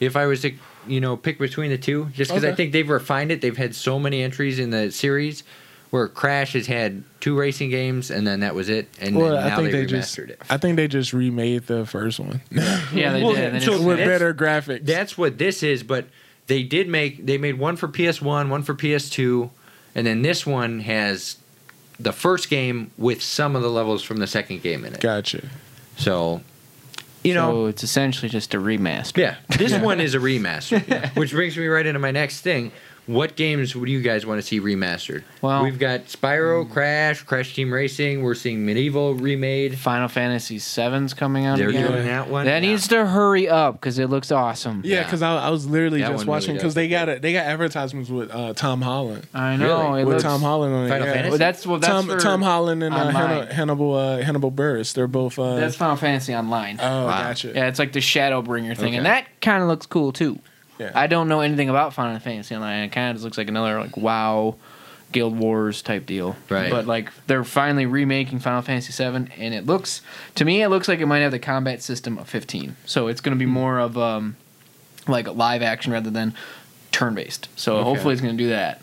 Speaker 1: if I was to you know pick between the two, just because I
Speaker 2: Okay.
Speaker 1: think they've refined it. They've had so many entries in the series. Where Crash has had two racing games and then that was it, and
Speaker 2: Well,
Speaker 1: then
Speaker 2: I
Speaker 1: now
Speaker 2: think
Speaker 1: they
Speaker 2: they just
Speaker 1: remastered it.
Speaker 2: I think they just remade the first one.
Speaker 3: Yeah, they
Speaker 1: Well,
Speaker 3: did. and
Speaker 1: so
Speaker 3: it's-
Speaker 2: with
Speaker 1: that's-
Speaker 2: better graphics.
Speaker 1: That's what this is, but they did make they made one for PS1, one for PS2, and then this one has the first game with some of the levels from the second game in it.
Speaker 2: gotcha.
Speaker 1: So, you know,
Speaker 3: so it's essentially just a remaster.
Speaker 1: yeah, this one is a remaster, which brings me right into my next thing. What games would you guys want to see remastered?
Speaker 3: Well- hmm.
Speaker 1: we've got Spyro, Crash, Crash Team Racing. We're seeing Medieval remade.
Speaker 3: Final Fantasy VII's coming out.
Speaker 1: They're
Speaker 3: again.
Speaker 1: doing that one.
Speaker 3: That
Speaker 1: Yeah.
Speaker 3: needs to hurry up because it looks awesome.
Speaker 2: Yeah,
Speaker 1: Yeah.
Speaker 2: because I, I was literally
Speaker 1: That
Speaker 2: just
Speaker 1: one really
Speaker 2: watching
Speaker 1: does
Speaker 2: because
Speaker 1: look
Speaker 2: they got a, they got advertisements with uh, Tom Holland
Speaker 3: I know.
Speaker 1: Really?
Speaker 3: It
Speaker 2: with
Speaker 3: looks,
Speaker 2: Tom Holland on it.
Speaker 1: Final
Speaker 2: yeah.
Speaker 1: Fantasy?
Speaker 3: Well, that's well. That's
Speaker 2: Tom
Speaker 3: for,
Speaker 2: Tom Holland and uh,
Speaker 3: online.
Speaker 2: Hanna- Hannibal uh, Hannibal Burris. They're both. Uh,
Speaker 3: That's Final Fantasy Online.
Speaker 2: oh,
Speaker 1: Wow.
Speaker 2: gotcha.
Speaker 3: yeah, it's like the Shadowbringer thing, and
Speaker 1: Okay.
Speaker 3: that kind of looks cool too.
Speaker 2: Yeah.
Speaker 3: I don't know anything about Final Fantasy Online. It kind of just looks like another like WoW, Guild Wars type deal.
Speaker 1: Right.
Speaker 3: But like they're finally remaking Final Fantasy VII, and it looks to me it looks like it might have the combat system of 15. So it's going to be
Speaker 1: Hmm.
Speaker 3: more of um, like live action rather than turn based. So
Speaker 1: Okay. Hmm.
Speaker 3: hopefully it's going to do that.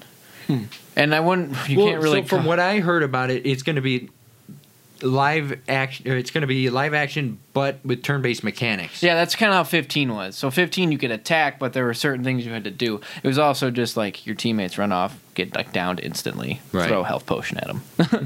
Speaker 3: And I wouldn't. You
Speaker 1: Well,
Speaker 3: can't really.
Speaker 1: So from what I heard about it, it's going to be live action. Or it's going to be live action, but with turn-based mechanics.
Speaker 3: Yeah, that's kind of how 15 was. So 15, you could attack, but there were certain things you had to do. It was also just like your teammates run off, get like downed instantly,
Speaker 1: Right.
Speaker 3: throw a health potion at them.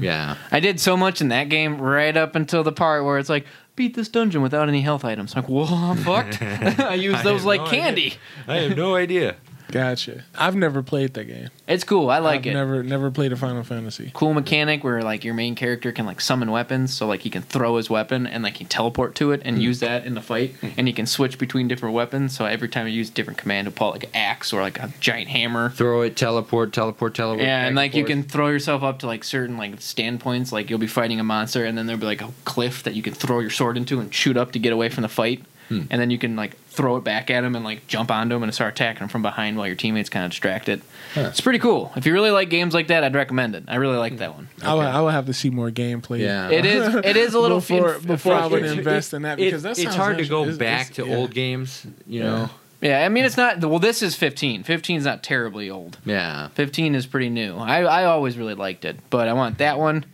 Speaker 1: yeah.
Speaker 3: I did so much in that game, right up until the part where it's like beat this dungeon without any health items. Like, whoa, I'm fucked. I used
Speaker 1: I
Speaker 3: those
Speaker 1: have
Speaker 3: like
Speaker 1: no idea.
Speaker 3: candy.
Speaker 1: I have no idea.
Speaker 2: Gotcha. I've never played that game.
Speaker 3: It's cool. I like
Speaker 2: I've
Speaker 3: it.
Speaker 2: Never, never played a Final Fantasy.
Speaker 3: cool mechanic where like your main character can like summon weapons so like he can throw his weapon and like he teleport to it and
Speaker 1: Hmm.
Speaker 3: use that in the fight and he can switch between different weapons so every time you use different command he'll pull out, like an axe or like a giant hammer
Speaker 1: Throw it, teleport, teleport, teleport.
Speaker 3: yeah
Speaker 1: back
Speaker 3: and like you
Speaker 1: forth.
Speaker 3: can throw yourself up to like certain like standpoints like you'll be fighting a monster and then there'll be like a cliff that you can throw your sword into and shoot up to get away from the fight
Speaker 1: Hmm.
Speaker 3: and then you can like throw it back at him and like jump onto him and start attacking him from behind while your teammates kind of distracted it's pretty cool if you really like games like that i'd recommend it i really like that one
Speaker 2: I would, I would have to see more gameplay.
Speaker 1: Yeah.
Speaker 3: it is. It is a little
Speaker 2: before,
Speaker 3: inf-
Speaker 2: before I would
Speaker 1: It's-
Speaker 2: invest in that
Speaker 1: it-
Speaker 2: because that's
Speaker 1: it's hard to go back to old games. You know.
Speaker 3: Yeah, I mean it's not. Well, this is 15. 15 is not terribly old.
Speaker 1: Yeah.
Speaker 3: 15 is pretty new. I I always really liked it, but I want that one.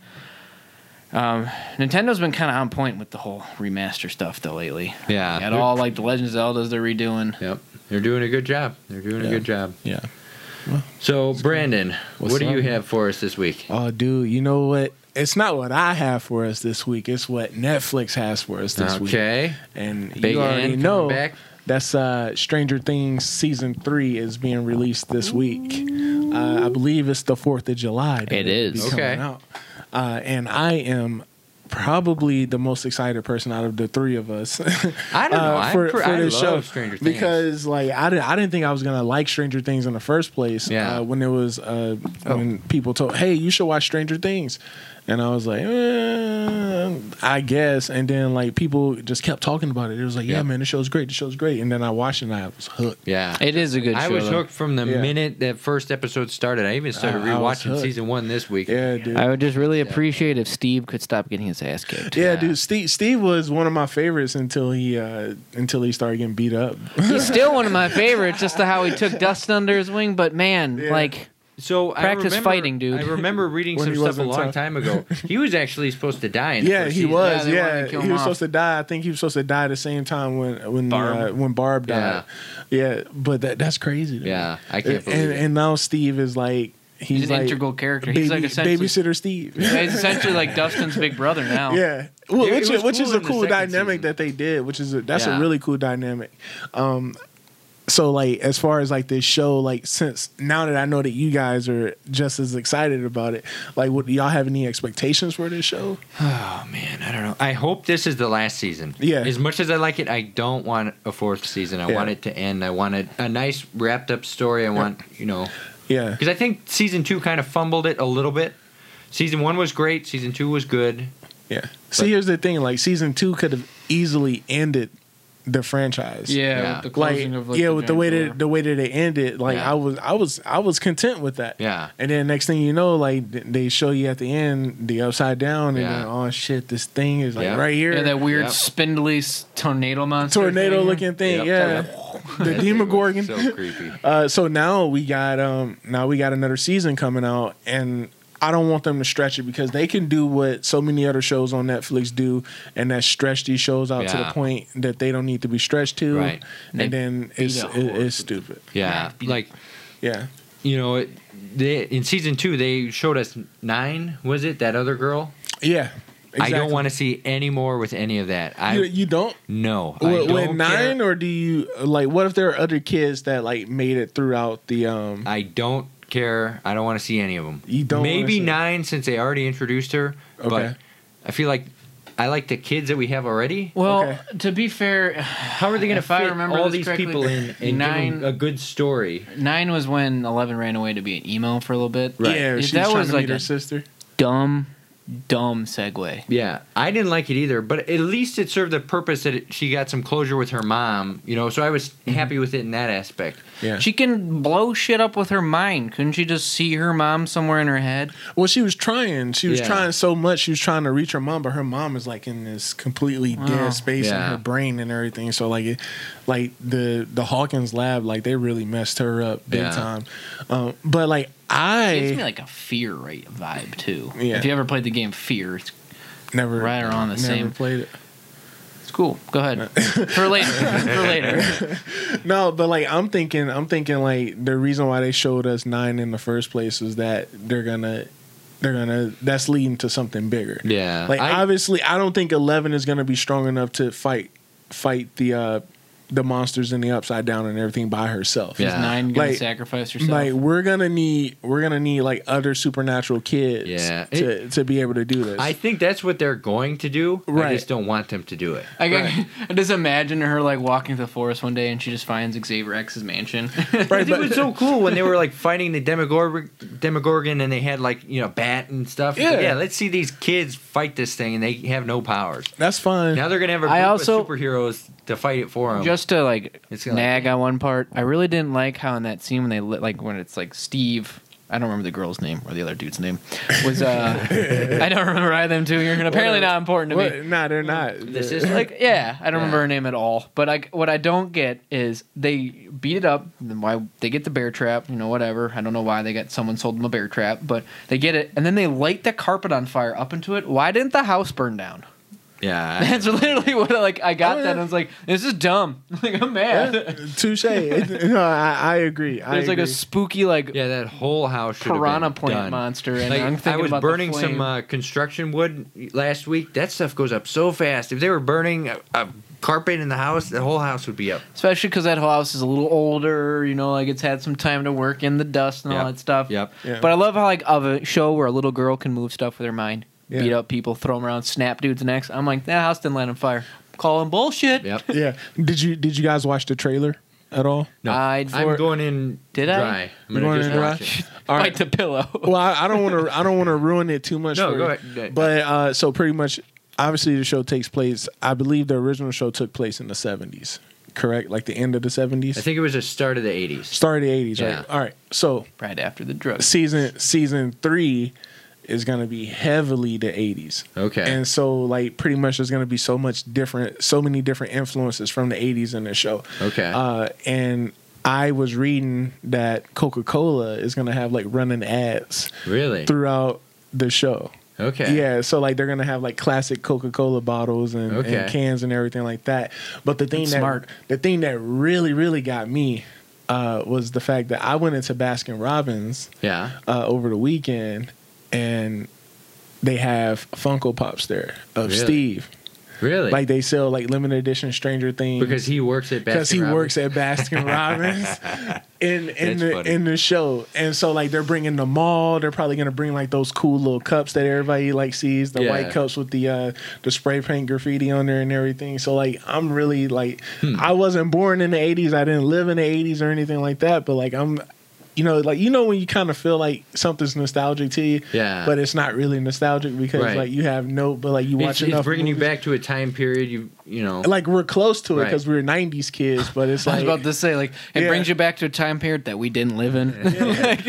Speaker 3: Um, Nintendo's been kind of on point with the whole remaster stuff though lately.
Speaker 1: Yeah.
Speaker 3: At all, like the Legend of Zelda's they're redoing.
Speaker 1: Yep. They're doing a good job. They're doing a
Speaker 2: Yeah.
Speaker 1: good job.
Speaker 2: Yeah.
Speaker 1: So, Brandon,
Speaker 2: What's
Speaker 1: what do
Speaker 2: up,
Speaker 1: you
Speaker 2: man?
Speaker 1: have for us this week?
Speaker 2: Oh, dude, you know what? It's not what I have for us this week. It's what Netflix has for us this week.
Speaker 1: okay.
Speaker 2: And
Speaker 1: Big
Speaker 2: you already
Speaker 1: Ann
Speaker 2: know
Speaker 1: coming back.
Speaker 2: that's uh, Stranger Things season three is being released this week. Uh, I believe it's the Fourth of July. that
Speaker 3: It is.
Speaker 2: be coming
Speaker 1: Okay.
Speaker 2: out. Uh, and I am probably the most excited person out of the three of us.
Speaker 1: I don't know. I,
Speaker 2: uh, for,
Speaker 1: pr-
Speaker 2: for
Speaker 1: I
Speaker 2: this
Speaker 1: love
Speaker 2: show
Speaker 1: Stranger Things.
Speaker 2: because like I didn't I didn't think I was gonna like Stranger Things in the first place.
Speaker 1: Yeah. Oh.
Speaker 2: uh, when it was uh, when people told, hey, you should watch Stranger Things, and I was like, eh, I guess. And then like people just kept talking about it. It was like, yeah,
Speaker 1: Yeah.
Speaker 2: man, the show's great. The show's great. And then I watched it and I was hooked.
Speaker 1: yeah.
Speaker 3: It is a good.
Speaker 1: I
Speaker 3: show,
Speaker 1: was
Speaker 3: though.
Speaker 1: hooked from the
Speaker 2: Yeah. Uh,
Speaker 1: minute that first episode started. I even started
Speaker 2: I- I was
Speaker 1: rewatching
Speaker 2: hooked.
Speaker 1: season one this week.
Speaker 2: Yeah, dude.
Speaker 3: I would just really appreciate if Steve could stop getting his ass kicked.
Speaker 2: yeah,
Speaker 1: Yeah.
Speaker 2: dude. Steve Steve was one of my favorites until he uh, until he started getting beat up.
Speaker 3: He's still one of my favorites, just to how he took Dust under his wing. But man,
Speaker 2: Yeah.
Speaker 3: like
Speaker 1: So
Speaker 3: Practice
Speaker 1: I remember,
Speaker 3: fighting, dude.
Speaker 1: I remember reading
Speaker 2: When
Speaker 1: some
Speaker 2: he
Speaker 1: stuff a
Speaker 2: wasn't
Speaker 1: long
Speaker 2: tough.
Speaker 1: time ago. He was actually supposed to die. In the
Speaker 2: Yeah,
Speaker 1: first
Speaker 2: he
Speaker 1: season.
Speaker 2: was.
Speaker 3: Yeah, they wanted
Speaker 2: Yeah,
Speaker 3: to kill
Speaker 2: he
Speaker 3: him
Speaker 2: was
Speaker 3: off.
Speaker 2: supposed to die. I think he was supposed to die the same time when when
Speaker 1: Barb.
Speaker 2: Uh, when Barb
Speaker 1: Yeah.
Speaker 2: died. Yeah, but that that's crazy. to me.
Speaker 1: Yeah, I can't believe
Speaker 2: and,
Speaker 1: it.
Speaker 2: and now Steve is like he's,
Speaker 3: he's, an
Speaker 2: like
Speaker 3: integral character.
Speaker 2: baby-
Speaker 3: he's like essentially,
Speaker 2: babysitter Steve.
Speaker 3: he's essentially like Dustin's big brother now.
Speaker 2: Yeah. Well,
Speaker 1: Dude, it
Speaker 2: which,
Speaker 1: was
Speaker 2: is which
Speaker 1: cool
Speaker 2: is a
Speaker 1: in the
Speaker 2: cool
Speaker 1: second
Speaker 2: dynamic
Speaker 1: season.
Speaker 2: that they did, which is a, that's
Speaker 1: Yeah.
Speaker 2: a really cool dynamic. Um, so like as far as like this show, like since now that I know that you guys are just as excited about it, like what do y'all have any expectations for this show?
Speaker 1: Oh man, I don't know. I hope this is the last season.
Speaker 2: Yeah.
Speaker 1: As much as I like it, I don't want a fourth season. I
Speaker 2: Yeah.
Speaker 1: want it to end. I want a, a nice wrapped up story. I want you know
Speaker 2: Yeah.
Speaker 1: because I think season two kind of fumbled it a little bit. Season one was great. Season two was good.
Speaker 2: Yeah. See, here's the thing: like season two could have easily ended the franchise.
Speaker 1: Yeah. with the
Speaker 2: Like, yeah, with the way that the way that they ended, like
Speaker 1: Yeah.
Speaker 2: I was, I was, I was content with that.
Speaker 1: Yeah.
Speaker 2: And then next thing you know, like th- they show you at the end the upside down, and
Speaker 1: Yeah.
Speaker 2: then oh shit, this thing is like
Speaker 1: Yeah.
Speaker 2: right here,
Speaker 3: Yeah, that weird
Speaker 1: Yep.
Speaker 3: spindly s- tornado monster.
Speaker 2: tornado
Speaker 3: thing.
Speaker 2: looking thing.
Speaker 1: Yep.
Speaker 2: Yeah. the
Speaker 1: That thing was
Speaker 2: Demogorgon.
Speaker 1: So creepy.
Speaker 2: Uh, so now we got um now we got another season coming out and I don't want them to stretch it because they can do what so many other shows on Netflix do and that stretch these shows out to the
Speaker 1: Yeah.
Speaker 2: point that they don't need to be stretched to.
Speaker 1: Right.
Speaker 2: And,
Speaker 3: They
Speaker 2: then
Speaker 3: beat
Speaker 2: it's
Speaker 3: a
Speaker 2: it,
Speaker 3: horse.
Speaker 2: it's stupid.
Speaker 1: Yeah. Like
Speaker 2: Yeah.
Speaker 1: you know, it, they, in season two they showed us nine. Was it that other girl?
Speaker 2: Yeah.
Speaker 1: I don't want to see any more with any of that. I
Speaker 2: you, you don't
Speaker 1: no. I
Speaker 2: with,
Speaker 1: don't
Speaker 2: nine
Speaker 1: care.
Speaker 2: or do you like what if there are other kids that like made it throughout the um
Speaker 1: I don't care. I don't want to see any of them.
Speaker 2: You don't wanna
Speaker 1: Maybe
Speaker 2: see-
Speaker 1: nine since they already introduced her.
Speaker 2: Okay.
Speaker 1: But I feel like I like the kids that we have already.
Speaker 3: Well,
Speaker 2: Okay.
Speaker 3: to be fair,
Speaker 1: How are they going to
Speaker 3: If I
Speaker 1: fit
Speaker 3: remember
Speaker 1: all
Speaker 3: this
Speaker 1: these
Speaker 3: correctly,
Speaker 1: people in and nine,
Speaker 3: nine-
Speaker 1: a good story?
Speaker 3: nine was when Eleven ran away to be an emo for a little bit.
Speaker 1: Right.
Speaker 2: Yeah,
Speaker 3: If
Speaker 2: she's
Speaker 3: that
Speaker 2: trying
Speaker 3: was
Speaker 2: to
Speaker 3: like
Speaker 2: meet her
Speaker 3: a-
Speaker 2: sister.
Speaker 3: Dumb, dumb segue.
Speaker 1: Yeah, I didn't like it either, but at least it served the purpose that it, she got some closure with her mom, you know. So I was
Speaker 3: Mm-hmm.
Speaker 1: happy with it in that aspect.
Speaker 2: Yeah.
Speaker 3: She can blow shit up with her mind. Couldn't she just see her mom somewhere in her head?
Speaker 2: Well, she was trying. She was
Speaker 1: Yeah.
Speaker 2: trying so much. She was trying to reach her mom, but her mom is like in this completely
Speaker 3: Wow.
Speaker 2: dead space
Speaker 1: Yeah.
Speaker 2: in her brain and everything. So like, it, like the the Hawkins lab, like they really messed her up big
Speaker 1: Yeah.
Speaker 2: time. Um, but like
Speaker 3: It gives me
Speaker 2: I
Speaker 3: like a fear right vibe too.
Speaker 2: Yeah.
Speaker 3: If you ever played the game Fear, it's,
Speaker 2: never
Speaker 3: right around the
Speaker 2: never
Speaker 3: same-
Speaker 2: played it.
Speaker 3: it's cool. Go ahead for later. For later.
Speaker 2: No, but like I'm thinking, I'm thinking like the reason why they showed us nine in the first place is that they're gonna, they're gonna that's leading to something bigger.
Speaker 1: Yeah,
Speaker 2: Like
Speaker 1: I,
Speaker 2: obviously, I don't think Eleven is going to be strong enough to fight fight the uh the monsters and the upside down and everything by herself.
Speaker 1: Yeah.
Speaker 3: Is nine gonna
Speaker 2: Like-
Speaker 3: sacrifice herself?
Speaker 2: Like we're gonna need we're gonna need like other supernatural kids
Speaker 1: Yeah.
Speaker 2: to, to be able to do this.
Speaker 1: I think that's what they're going to do. I
Speaker 2: Right.
Speaker 1: just don't want them to do it.
Speaker 3: Like, I, I just imagine her like walking through the forest one day and she just finds Xavier X's mansion.
Speaker 2: Right,
Speaker 1: it
Speaker 2: but-
Speaker 1: was so cool when they were like fighting the Demogorgon, Demogorgon, and they had like you know bat and stuff. It's like,
Speaker 2: Yeah.
Speaker 1: yeah. Let's see these kids fight this thing, and they have no powers.
Speaker 2: That's fine.
Speaker 1: Now they're gonna have a group
Speaker 3: I also-
Speaker 1: of superheroes to fight it for them.
Speaker 3: just to like
Speaker 1: It's gonna-
Speaker 3: nag on one part, I really didn't like how in that scene when they lit, like when it's like Steve. I don't remember the girl's name or the other dude's name. Was uh, I don't remember either of them two. You're apparently not important to me.
Speaker 2: What? Nah, they're not.
Speaker 1: This
Speaker 2: They're-
Speaker 1: is like
Speaker 3: like yeah, I don't remember
Speaker 1: Yeah.
Speaker 3: her name at all. But like, what I don't get is they beat it up. Then why they get the bear trap? You know, whatever. I don't know why they got someone sold them a bear trap, but they get it, and then they light the carpet on fire up into it. Why didn't the house burn down?
Speaker 1: yeah.
Speaker 3: That's literally what like I got
Speaker 2: Oh,
Speaker 3: that.
Speaker 2: yeah.
Speaker 3: And I was like, this is dumb. Like I'm mad.
Speaker 2: Touche. no, I, I agree. I
Speaker 3: There's like
Speaker 2: agree.
Speaker 3: a spooky like
Speaker 1: Yeah, that whole house should
Speaker 3: piranha
Speaker 1: have been
Speaker 3: plant
Speaker 1: done.
Speaker 3: monster, and
Speaker 1: Like,
Speaker 3: I'm
Speaker 1: I
Speaker 3: thinking
Speaker 1: was
Speaker 3: about
Speaker 1: burning
Speaker 3: the
Speaker 1: some
Speaker 3: flame.
Speaker 1: uh, construction wood last week. That stuff goes up so fast. If they were burning a, a carpet in the house, the whole house would be up.
Speaker 3: especially because that whole house is a little older. You know, like it's had some time to work in the dust and all
Speaker 1: Yep.
Speaker 3: that stuff.
Speaker 1: Yep.
Speaker 2: Yeah.
Speaker 3: But I love how like of a show where a little girl can move stuff with her mind,
Speaker 2: Yeah.
Speaker 3: beat up people, throw them around, snap dudes' necks. I'm like, that house didn't light on fire. Calling bullshit.
Speaker 1: Yep.
Speaker 2: yeah. Did you did you guys watch the trailer at all?
Speaker 1: No,
Speaker 3: I'd
Speaker 1: I'm
Speaker 3: for-
Speaker 1: going in
Speaker 3: Did I?
Speaker 1: dry. I'm
Speaker 2: You
Speaker 1: gonna
Speaker 2: going
Speaker 1: just
Speaker 2: in
Speaker 1: watch
Speaker 2: dry?
Speaker 1: it.
Speaker 2: All
Speaker 3: Bite
Speaker 2: right.
Speaker 3: the pillow.
Speaker 2: Well, I, I don't want to. I don't want to ruin it too much.
Speaker 1: No,
Speaker 2: for
Speaker 1: go
Speaker 2: you.
Speaker 1: ahead.
Speaker 2: But uh, so pretty much, obviously, the show takes place. I believe the original show took place in the seventies. Correct, like the end of the
Speaker 1: I
Speaker 2: seventies,
Speaker 1: think it was the start of the 80s.
Speaker 2: start of the eighties.
Speaker 1: Yeah.
Speaker 2: Right. All right. So
Speaker 3: right after the drugs.
Speaker 2: season season three is going to be heavily the eighties.
Speaker 1: Okay.
Speaker 2: And so, like, pretty much there's going to be so much different, so many different influences from the 80s in this show.
Speaker 1: Okay.
Speaker 2: Uh, and I was reading that Coca Cola is going to have like running ads
Speaker 1: really?
Speaker 2: throughout the show.
Speaker 1: Okay.
Speaker 2: Yeah. So, like, they're going to have like classic Coca Cola bottles and, and
Speaker 1: Okay.
Speaker 2: cans and everything like that. But the thing
Speaker 3: That's
Speaker 2: that,
Speaker 3: smart.
Speaker 2: the thing that really, really got me uh, was the fact that I went into Baskin Robbins
Speaker 1: Yeah.
Speaker 2: uh, over the weekend, and they have Funko Pops there of
Speaker 1: Really?
Speaker 2: Steve.
Speaker 1: Really?
Speaker 2: Like they sell like limited edition Stranger Things
Speaker 1: because he works at
Speaker 2: because
Speaker 1: Baskin
Speaker 2: he
Speaker 1: Robbins.
Speaker 2: works at Baskin Robbins in in
Speaker 1: That's
Speaker 2: the
Speaker 1: funny.
Speaker 2: in the show, and so like they're bringing the mall. They're probably gonna bring like those cool little cups that everybody like sees, the
Speaker 1: Yeah.
Speaker 2: white cups with the uh the spray paint graffiti on there and everything. So like I'm really like
Speaker 1: Hmm.
Speaker 2: I wasn't born in the '80s. I didn't live in the '80s or anything like that. But like I'm. You know, like you know when you kind of feel like something's nostalgic to you,
Speaker 1: Yeah.
Speaker 2: But it's not really nostalgic because
Speaker 1: Right.
Speaker 2: like you have no, but like you watch
Speaker 1: It's,
Speaker 2: enough.
Speaker 1: it's bringing you
Speaker 2: movies-
Speaker 1: back to a time period you you know.
Speaker 2: Like we're close to it
Speaker 1: Right.
Speaker 2: because we're '90s kids, but it's
Speaker 3: I was
Speaker 2: like
Speaker 3: about to say, like, it
Speaker 2: Yeah.
Speaker 3: brings you back to a time period that we didn't live in.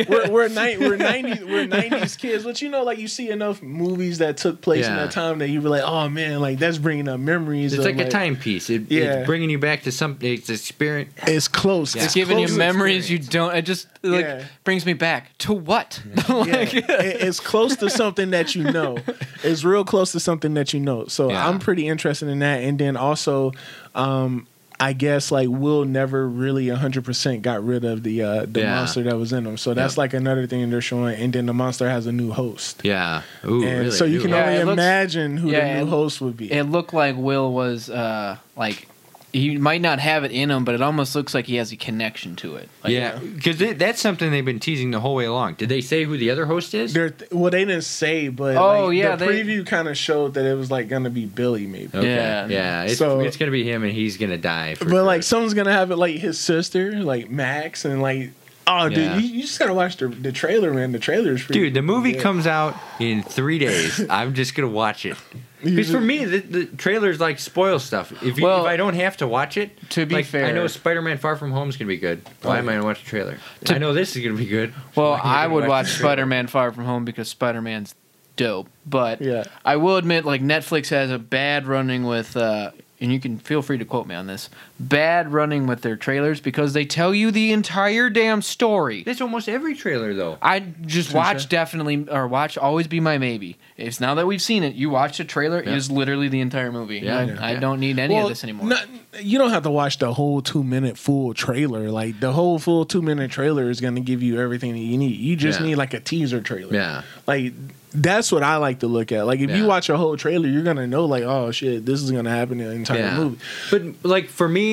Speaker 2: we're we're, ni- we're 90s we're 90s kids but you know like you see enough movies that took place in
Speaker 1: Yeah.
Speaker 2: that time that you were like oh man like that's bringing up memories
Speaker 1: it's
Speaker 2: of,
Speaker 1: like, a timepiece. It,
Speaker 2: Yeah.
Speaker 1: It's bringing you back to something. It's experience.
Speaker 2: it's close
Speaker 1: Yeah.
Speaker 3: It's giving you
Speaker 2: close
Speaker 3: memories
Speaker 1: experience.
Speaker 3: you don't. It just like
Speaker 2: Yeah.
Speaker 3: brings me back to what?
Speaker 2: yeah.
Speaker 3: Like-
Speaker 2: It- it's close to something that you know. It's real close to something that you know. So
Speaker 1: Yeah.
Speaker 2: I'm pretty interested in that. And then also, um, I guess like Will never really 100% got rid of the uh, the
Speaker 1: Yeah.
Speaker 2: monster that was in him. So that's
Speaker 1: Yep.
Speaker 2: like another thing they're showing. And then the monster has a new host.
Speaker 1: Yeah. Ooh,
Speaker 2: and
Speaker 1: really?
Speaker 2: so you
Speaker 1: Ooh,
Speaker 2: can
Speaker 3: Yeah,
Speaker 2: only
Speaker 3: it looks-
Speaker 2: imagine who
Speaker 3: yeah,
Speaker 2: the
Speaker 3: it-
Speaker 2: new host would be.
Speaker 3: It looked like Will was uh like he might not have it in him, but it almost looks like he has a connection to it. Like,
Speaker 1: yeah, because that's something they've been teasing the whole way along. Did they say who the other host is?
Speaker 2: They're th- well, they didn't say, but
Speaker 3: Oh,
Speaker 2: like,
Speaker 3: yeah,
Speaker 2: the
Speaker 3: they-
Speaker 2: preview kind of showed that it was like gonna be Billy maybe.
Speaker 1: Okay.
Speaker 3: Yeah.
Speaker 1: yeah. It's,
Speaker 2: So-
Speaker 1: it's gonna be him, and he's gonna die. For
Speaker 2: But
Speaker 1: sure.
Speaker 2: like someone's gonna have it like his sister, like Max, and like oh
Speaker 1: Yeah.
Speaker 2: dude, you, you just gotta watch the, the trailer, man. The trailer's pretty
Speaker 1: dude, the movie
Speaker 2: yeah.
Speaker 1: comes out in three days. I'm just gonna watch it. Because for me, the, the trailers like spoil stuff. If, you,
Speaker 3: Well,
Speaker 1: if I don't have to watch it,
Speaker 3: to be
Speaker 1: like, I know
Speaker 3: fair-
Speaker 1: Spider-Man: Far From Home is gonna be good. Why am I gonna watch the trailer?
Speaker 3: To-
Speaker 1: I know this is gonna be good.
Speaker 3: Well,
Speaker 1: Why am
Speaker 3: I
Speaker 1: gonna
Speaker 3: would watch
Speaker 1: the trailer?
Speaker 3: Spider Man Far From Home because Spider Man's dope. But
Speaker 2: Yeah.
Speaker 3: I will admit, like Netflix has a bad running with uh and you can feel free to quote me on this. Bad running with their trailers because they tell you the entire damn story.
Speaker 1: That's almost every trailer though.
Speaker 3: I just watch definitely or watch always be my maybe. It's now that we've seen it, you watch the trailer,
Speaker 1: Yeah.
Speaker 3: it is literally the entire movie.
Speaker 1: Yeah.
Speaker 3: I,
Speaker 1: Yeah.
Speaker 3: I
Speaker 1: Yeah.
Speaker 3: don't need any
Speaker 2: Well,
Speaker 3: of this anymore.
Speaker 2: not- you don't have to watch the whole two minute full trailer. Like the whole full two minute trailer is gonna give you everything that you need. You just
Speaker 1: Yeah.
Speaker 2: need like a teaser trailer.
Speaker 1: Yeah.
Speaker 2: Like that's what I like to look at. Like if
Speaker 1: Yeah.
Speaker 2: you watch a whole trailer, you're gonna know like, oh shit, this is gonna happen in the entire
Speaker 1: Yeah.
Speaker 2: movie.
Speaker 1: But like for me,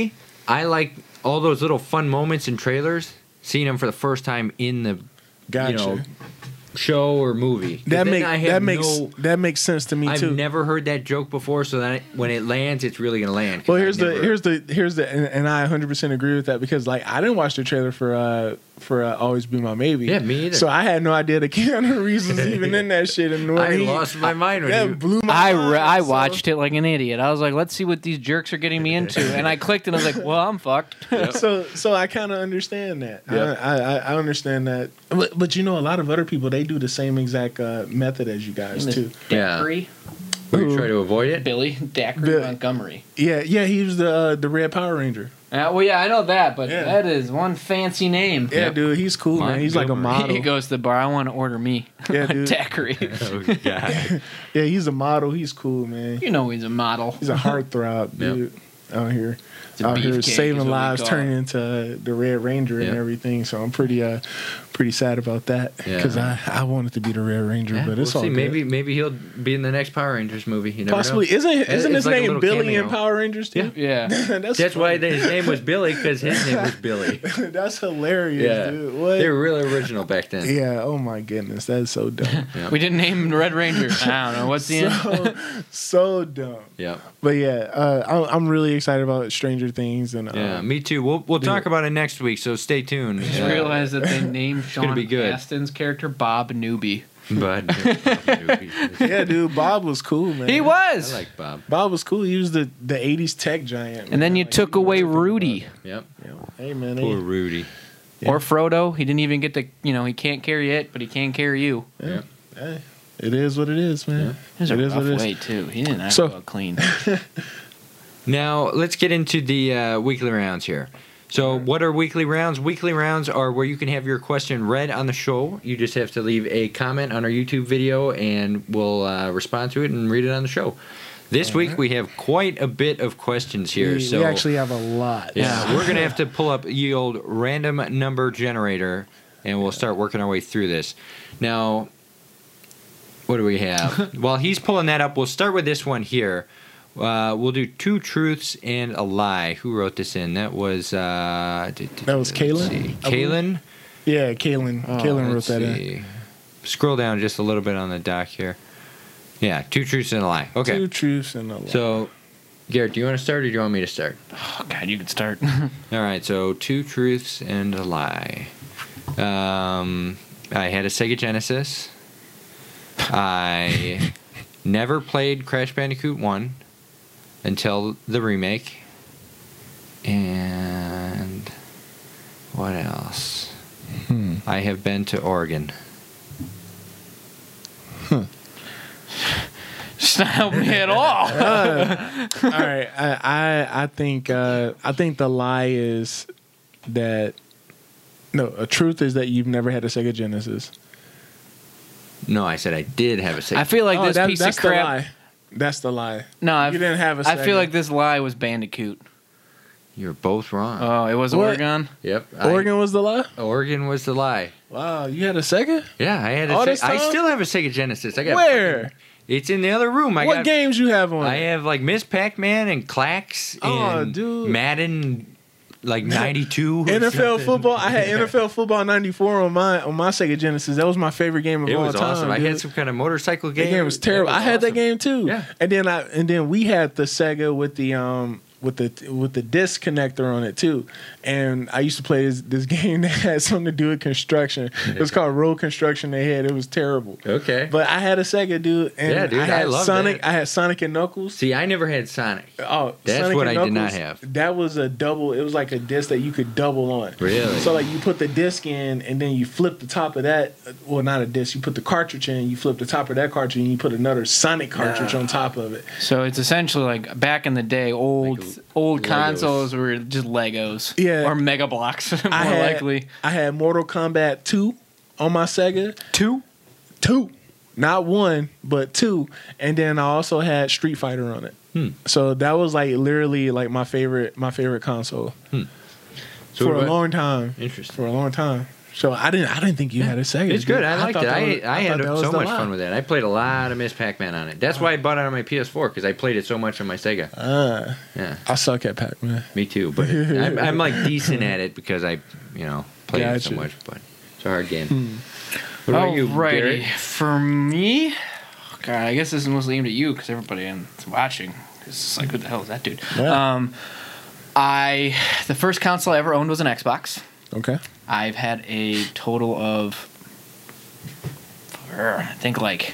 Speaker 1: I like all those little fun moments in trailers. Seeing them for the first time in the
Speaker 2: Gotcha.
Speaker 1: you know show or movie. 'Cause
Speaker 2: that
Speaker 1: then
Speaker 2: makes
Speaker 1: I have
Speaker 2: that makes
Speaker 1: no-
Speaker 2: that makes sense to me
Speaker 1: I've
Speaker 2: too.
Speaker 1: never heard that joke before, so that when it lands, it's really gonna land. 'cause
Speaker 2: well,
Speaker 1: I
Speaker 2: here's the
Speaker 1: never-
Speaker 2: here's the here's the and, and I 100 percent agree with that because like I didn't watch the trailer for uh for uh, Always Be My Maybe.
Speaker 1: Yeah, me either.
Speaker 2: So I had no idea the Keanu Reeves was even in that shit. And when
Speaker 1: I
Speaker 2: he-
Speaker 1: lost my mind when
Speaker 2: That
Speaker 1: you-
Speaker 2: blew my.
Speaker 3: I
Speaker 2: mind,
Speaker 3: re- I
Speaker 2: so-
Speaker 3: watched it like an idiot. I was like, let's see what these jerks are getting me into, and I clicked, and I was like, well, I'm fucked.
Speaker 2: So so I kind of understand that.
Speaker 1: Yeah.
Speaker 2: I, I I understand that. But, but you know, a lot of other people they do the same exact uh, method as you guys too.
Speaker 1: Yeah.
Speaker 3: Dacry,
Speaker 1: Were you trying to avoid it?
Speaker 3: Billy Dacry
Speaker 2: Bill-
Speaker 3: Montgomery.
Speaker 2: Yeah, yeah. He was the uh, the Red Power Ranger.
Speaker 3: Uh, well, yeah, I know that, but
Speaker 2: Yeah.
Speaker 3: that is one fancy name.
Speaker 2: Yeah,
Speaker 1: Yep.
Speaker 2: dude. He's cool, man. He's like a
Speaker 1: Montgomery.
Speaker 2: model.
Speaker 3: He goes to the bar. I want to order me
Speaker 2: Yeah,
Speaker 3: a
Speaker 2: dude.
Speaker 3: daiquiri.
Speaker 1: Oh, God.
Speaker 2: Yeah, he's a model. He's cool, man.
Speaker 3: you know he's a model.
Speaker 2: He's a heartthrob,
Speaker 1: Uh-huh. Yeah.
Speaker 2: dude. Out here,
Speaker 3: It's a
Speaker 2: out
Speaker 3: beefcake
Speaker 2: here
Speaker 3: is what
Speaker 2: saving
Speaker 3: we
Speaker 2: lives,
Speaker 3: call
Speaker 2: turning
Speaker 3: it.
Speaker 2: into uh, the Red Ranger
Speaker 1: Yeah.
Speaker 2: and everything. So I'm pretty, uh, pretty sad about that
Speaker 1: Yeah.
Speaker 2: because I, I wanted to be the Red Ranger,
Speaker 1: Yeah,
Speaker 2: but it's
Speaker 1: we'll
Speaker 2: all
Speaker 1: see.
Speaker 2: good.
Speaker 1: Maybe maybe he'll be in the next Power Rangers movie. You never know.
Speaker 2: possibly isn't isn't
Speaker 1: it's
Speaker 2: his
Speaker 1: like a
Speaker 2: name
Speaker 1: little
Speaker 2: Billy
Speaker 1: cameo.
Speaker 2: in Power Rangers too?
Speaker 3: Yeah.
Speaker 2: that's
Speaker 1: That's why
Speaker 2: funny.
Speaker 1: his name was Billy because his name was Billy.
Speaker 2: that's hilarious,
Speaker 1: Yeah,
Speaker 2: dude.
Speaker 1: they
Speaker 2: What?
Speaker 1: were really original back then.
Speaker 2: Yeah. Oh my goodness, that's so dumb.
Speaker 1: Yeah.
Speaker 3: We didn't name him Red Ranger. I don't know. What's the end?
Speaker 2: so, so dumb.
Speaker 1: Yeah,
Speaker 2: But yeah, uh, I'm, I'm really excited about Stranger Things and uh,
Speaker 1: yeah, me too. We'll we'll talk about it next week, so stay tuned.
Speaker 3: I just
Speaker 1: Yeah.
Speaker 3: realized that they named
Speaker 1: gonna
Speaker 3: Sean
Speaker 1: be good.
Speaker 3: Astin's character Bob Newby.
Speaker 1: But
Speaker 2: yeah, dude. Bob was cool, man.
Speaker 3: He
Speaker 1: I
Speaker 3: was.
Speaker 1: like Bob.
Speaker 2: Bob was cool. He was the, the 80s tech giant.
Speaker 3: and then
Speaker 2: man.
Speaker 3: you
Speaker 2: Like,
Speaker 3: took
Speaker 2: he knew
Speaker 3: away
Speaker 2: everything about
Speaker 3: Rudy
Speaker 1: Yep.
Speaker 2: it. Hey, man. they-
Speaker 1: Poor Rudy.
Speaker 2: Yeah.
Speaker 3: or Frodo. He didn't even get to. You know, he can't carry it, but he can carry you.
Speaker 1: Yeah.
Speaker 2: hey, it is what it is, man.
Speaker 3: It was a
Speaker 2: It is
Speaker 3: rough
Speaker 2: what it is.
Speaker 3: way too. He didn't act
Speaker 2: So-
Speaker 3: well clean.
Speaker 1: Now let's get into the uh, weekly rounds here. So what are weekly rounds? Weekly rounds are where you can have your question read on the show. You just have to leave a comment on our YouTube video, and we'll uh, respond to it and read it on the show. This week we have quite a bit of questions here.
Speaker 2: We,
Speaker 1: so
Speaker 2: we actually have a lot.
Speaker 1: Yeah, we're gonna have to pull up ye old random number generator, and we'll start working our way through this. Now, what do we have? While he's pulling that up, we'll start with this one here. Uh, we'll do two truths and a lie. Who wrote this in? That was uh, d- d-
Speaker 2: That was
Speaker 1: let's
Speaker 2: Kalen,
Speaker 1: see.
Speaker 2: I believe.
Speaker 1: Kalen.
Speaker 2: Yeah, Kalen. Kalen wrote
Speaker 1: Oh, Let's
Speaker 2: that in.
Speaker 1: see. Scroll down just a little bit on the doc here. Yeah, two truths and a lie. Okay.
Speaker 2: Two truths and a lie.
Speaker 1: So, Garrett, do you want to start or do you want me to start?
Speaker 3: oh God, you could start.
Speaker 1: All right, so two truths and a lie. Um, I had a Sega Genesis. I never played Crash Bandicoot 1 until the remake. And what else?
Speaker 2: Hmm.
Speaker 1: I have been to Oregon.
Speaker 3: It's not helping me at all.
Speaker 2: All right, I I, I think uh, I think the lie is that no, a truth is that you've never had a Sega Genesis.
Speaker 1: No, I said I did have a Sega.
Speaker 3: I feel like
Speaker 2: Oh,
Speaker 3: this
Speaker 2: that-
Speaker 3: piece
Speaker 2: that's
Speaker 3: of crap.
Speaker 2: The lie. That's the lie.
Speaker 3: No, I
Speaker 2: You didn't have a
Speaker 3: I
Speaker 2: Sega.
Speaker 3: feel like this lie was Bandicoot.
Speaker 1: You're both wrong.
Speaker 3: Oh, it was
Speaker 2: What?
Speaker 3: Oregon.
Speaker 1: yep. I-
Speaker 2: Uh, Oregon was the lie.
Speaker 1: Oregon was the lie.
Speaker 2: Wow, you had a Sega.
Speaker 1: Yeah, I had a
Speaker 2: All
Speaker 1: Sega.
Speaker 2: this
Speaker 1: I
Speaker 2: time?
Speaker 1: still have a Sega Genesis. I got
Speaker 2: Oh, Where?
Speaker 1: It's in the other room. I
Speaker 2: what
Speaker 1: got,
Speaker 2: games you have on?
Speaker 1: I
Speaker 2: it?
Speaker 1: have like Miss Pac Man and Clax
Speaker 2: Oh,
Speaker 1: and
Speaker 2: dude.
Speaker 1: Madden, like ninety two.
Speaker 2: NFL football. I had NFL football '94 on my on my Sega Genesis. That was my favorite game of
Speaker 1: It
Speaker 2: all
Speaker 1: was
Speaker 2: time.
Speaker 1: awesome. I
Speaker 2: dude.
Speaker 1: had some kind of motorcycle
Speaker 2: That
Speaker 1: game.
Speaker 2: game was terrible. I had that
Speaker 1: awesome.
Speaker 2: game too.
Speaker 1: Yeah.
Speaker 2: And then I and then we had the Sega with the um with the with the disc connector on it too. And I used to play this, this game that had something to do with construction. It was called Road Construction. They had it was terrible.
Speaker 1: Okay.
Speaker 2: But I had a Sega dude, and
Speaker 1: Yeah, dude,
Speaker 2: I had
Speaker 1: I love
Speaker 2: Sonic.
Speaker 1: that.
Speaker 2: I had Sonic and Knuckles.
Speaker 1: See, I never had Sonic.
Speaker 2: Oh,
Speaker 1: That's what I did not have.
Speaker 2: That was a double. It was like a disc that you could double on.
Speaker 1: Really?
Speaker 2: So like you put the disc in, and then you flip the top of that. Well, not a disc. You put the cartridge in. You flip the top of that cartridge, and you put another Sonic cartridge on top of it.
Speaker 3: So it's essentially like back in the day, old
Speaker 1: Like
Speaker 3: old
Speaker 1: Legos.
Speaker 3: consoles were just Legos,
Speaker 2: Yeah.
Speaker 3: or Mega Blocks, more
Speaker 2: I had,
Speaker 3: likely.
Speaker 2: I had Mortal Kombat two on my Sega.
Speaker 3: Two.
Speaker 2: Two. Not one, but two, and then I also had Street Fighter on it.
Speaker 1: Hmm.
Speaker 2: So that was like literally like my favorite, my favorite console
Speaker 1: Hmm. So
Speaker 2: for
Speaker 1: what-
Speaker 2: a long time.
Speaker 1: Interesting.
Speaker 2: For a long time, So I didn't. I didn't think you had a Sega.
Speaker 1: It's good.
Speaker 2: dude.
Speaker 1: I liked
Speaker 2: thought
Speaker 1: it.
Speaker 2: that
Speaker 1: I,
Speaker 2: was-
Speaker 1: I,
Speaker 2: thought
Speaker 1: had
Speaker 2: that was
Speaker 1: so
Speaker 2: the
Speaker 1: much
Speaker 2: lot.
Speaker 1: fun with that. I played a lot of Miss Pac-Man on it. That's why I bought it on my PS4 because I played it so much on my Sega.
Speaker 2: Uh,
Speaker 1: Yeah,
Speaker 2: I suck at Pac Man.
Speaker 1: me too. But it- I'm, I'm like decent at it because I, you know, played it so
Speaker 2: Gotcha. Hmm.
Speaker 1: much. But it's a hard game. What about you, Gary?
Speaker 3: For me, God, I guess this is mostly aimed at you because everybody in- is watching. It's just like, who the hell is that dude?
Speaker 2: Yeah.
Speaker 3: Um, I the first console I ever owned was an Xbox.
Speaker 2: Okay.
Speaker 3: I've had a total of, I think like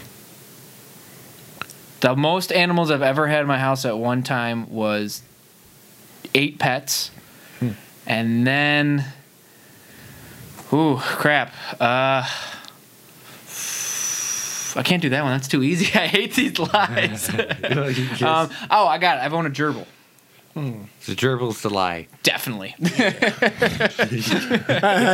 Speaker 3: the most animals I've ever had in my house at one time was eight pets, and then, ooh, crap. Uh, I can't do that one. That's too easy. I hate these lies. um, oh, I got it. I've owned a gerbil.
Speaker 1: the gerbil's the lie.
Speaker 3: Definitely.
Speaker 2: How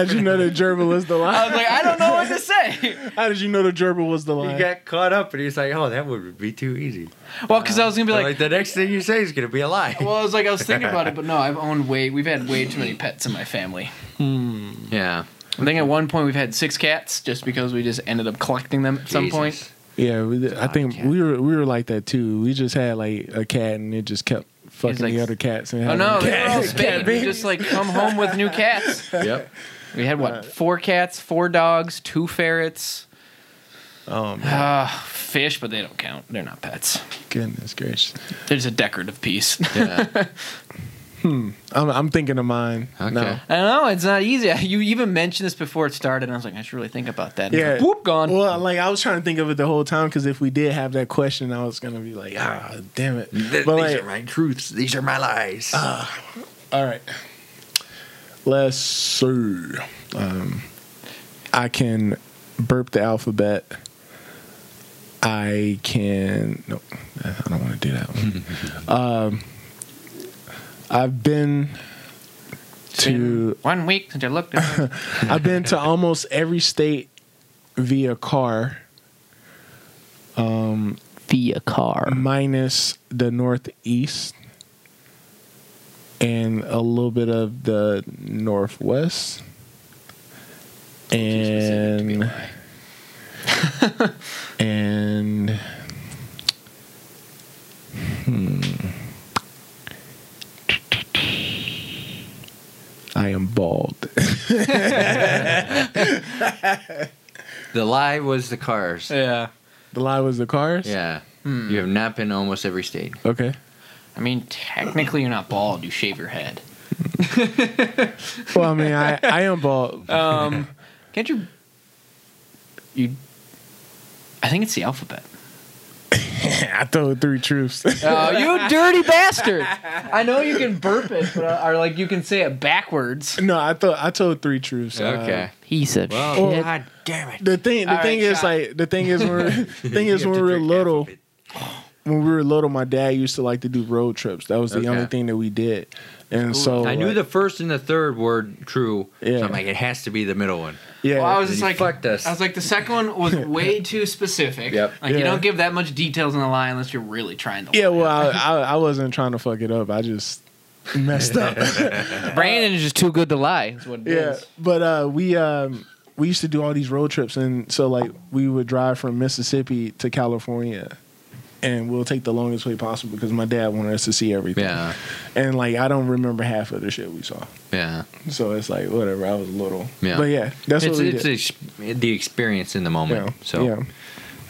Speaker 2: did you know the gerbil was the
Speaker 3: I
Speaker 2: lie?
Speaker 3: was like, I don't know what to say.
Speaker 2: How did you know the gerbil was the
Speaker 1: He
Speaker 2: lie?
Speaker 1: got caught up and he's like, "Oh, that would be too easy."
Speaker 3: Well, because I was gonna be
Speaker 1: Like,
Speaker 3: like,
Speaker 1: the next thing you say is gonna be a lie.
Speaker 3: Well, I was like, I was thinking about it, but no, I've owned way. We've had way too many pets in my family.
Speaker 1: yeah.
Speaker 3: I think at one point we've had six cats, just because we just ended up collecting them at some
Speaker 1: Jesus.
Speaker 3: point.
Speaker 2: yeah, we, did- I think
Speaker 1: cat.
Speaker 2: we were we were like that too. We just had like a cat, and it just kept fucking
Speaker 3: like-
Speaker 2: the other cats. And
Speaker 3: Oh
Speaker 2: having
Speaker 3: no,
Speaker 2: a
Speaker 3: they were all
Speaker 2: cat.
Speaker 3: spayed. We just like come home with new cats.
Speaker 1: Yep.
Speaker 3: We had what? Four cats, four dogs, two ferrets,
Speaker 2: Oh my
Speaker 3: uh, fish, but they don't count. They're not pets.
Speaker 2: goodness gracious!
Speaker 3: They're just a decorative piece.
Speaker 1: Yeah.
Speaker 2: I'm I'm thinking of mine.
Speaker 1: Okay.
Speaker 2: No.
Speaker 3: I don't know. It's not easy. You even mentioned this before it started, and I was like, I should really think about that. And
Speaker 2: Yeah.
Speaker 3: yeah. Whoop, gone.
Speaker 2: Well, like I was trying to think of it the whole time because if we did have that question, I was gonna be like, ah, damn it.
Speaker 1: Th- these
Speaker 2: But like,
Speaker 1: are my truths. These are my lies.
Speaker 2: all right, let's see. Um, I can burp the alphabet. I can. No, I don't want to do that. One. um, I've been to
Speaker 3: one week since I looked at it.
Speaker 2: I've been to almost every state via car. um,
Speaker 3: Via car.
Speaker 2: minus the northeast and a little bit of the northwest and and hmm. I am bald.
Speaker 1: The lie was the cars.
Speaker 3: Yeah.
Speaker 2: the lie was the cars.
Speaker 1: Yeah. You have not been to almost every state.
Speaker 2: Okay.
Speaker 3: I mean, technically, you're not bald. You shave your head.
Speaker 2: Well, I mean, I, I am bald.
Speaker 3: Um, can't you? You. I think it's the alphabet.
Speaker 2: I told three truths.
Speaker 3: Oh, you dirty bastard! I know you can burp it, but uh, or like you can say it backwards.
Speaker 2: no, I thought I told three truths. Uh,
Speaker 1: Okay.
Speaker 3: Piece of
Speaker 1: Well,
Speaker 2: shit.
Speaker 1: God damn it.
Speaker 2: The thing, the
Speaker 3: All right,
Speaker 2: thing is,
Speaker 3: shot.
Speaker 2: like, the thing is, when we're, thing
Speaker 1: You
Speaker 2: is,
Speaker 1: have
Speaker 2: when
Speaker 1: to
Speaker 2: we were
Speaker 1: drink half of
Speaker 2: little,
Speaker 1: it.
Speaker 2: when we were little, my dad used to like to do road trips. That was the
Speaker 1: Okay.
Speaker 2: only thing that we did, and so
Speaker 1: I knew
Speaker 2: like,
Speaker 1: the first and the third word true.
Speaker 2: Yeah.
Speaker 1: So I'm like, it has to be the middle one.
Speaker 2: Yeah,
Speaker 3: Well, I was
Speaker 1: And
Speaker 3: just
Speaker 1: you
Speaker 3: like,
Speaker 1: fucked us.
Speaker 3: I was like, the second one was way too specific.
Speaker 1: Yep.
Speaker 3: Like you
Speaker 2: Yeah.
Speaker 3: don't give that much details in the lie unless you're really trying to.
Speaker 2: yeah. Well, I, I, I wasn't trying to fuck it up. I just messed up.
Speaker 3: lie. Brandon is just too good to lie. Is what it
Speaker 2: yeah,
Speaker 3: is.
Speaker 2: but uh, we um, we used to do all these road trips, and so like we would drive from Mississippi to California, and we'll take the longest way possible because my dad wanted us to see everything.
Speaker 1: Yeah.
Speaker 2: and like I don't remember half of the shit we saw.
Speaker 1: Yeah.
Speaker 2: So it's like whatever. I was little,
Speaker 1: Yeah.
Speaker 2: but yeah, that's
Speaker 1: it's
Speaker 2: what we
Speaker 1: it's
Speaker 2: did.
Speaker 1: ex- the experience in the moment.
Speaker 2: yeah.
Speaker 1: So,
Speaker 2: yeah.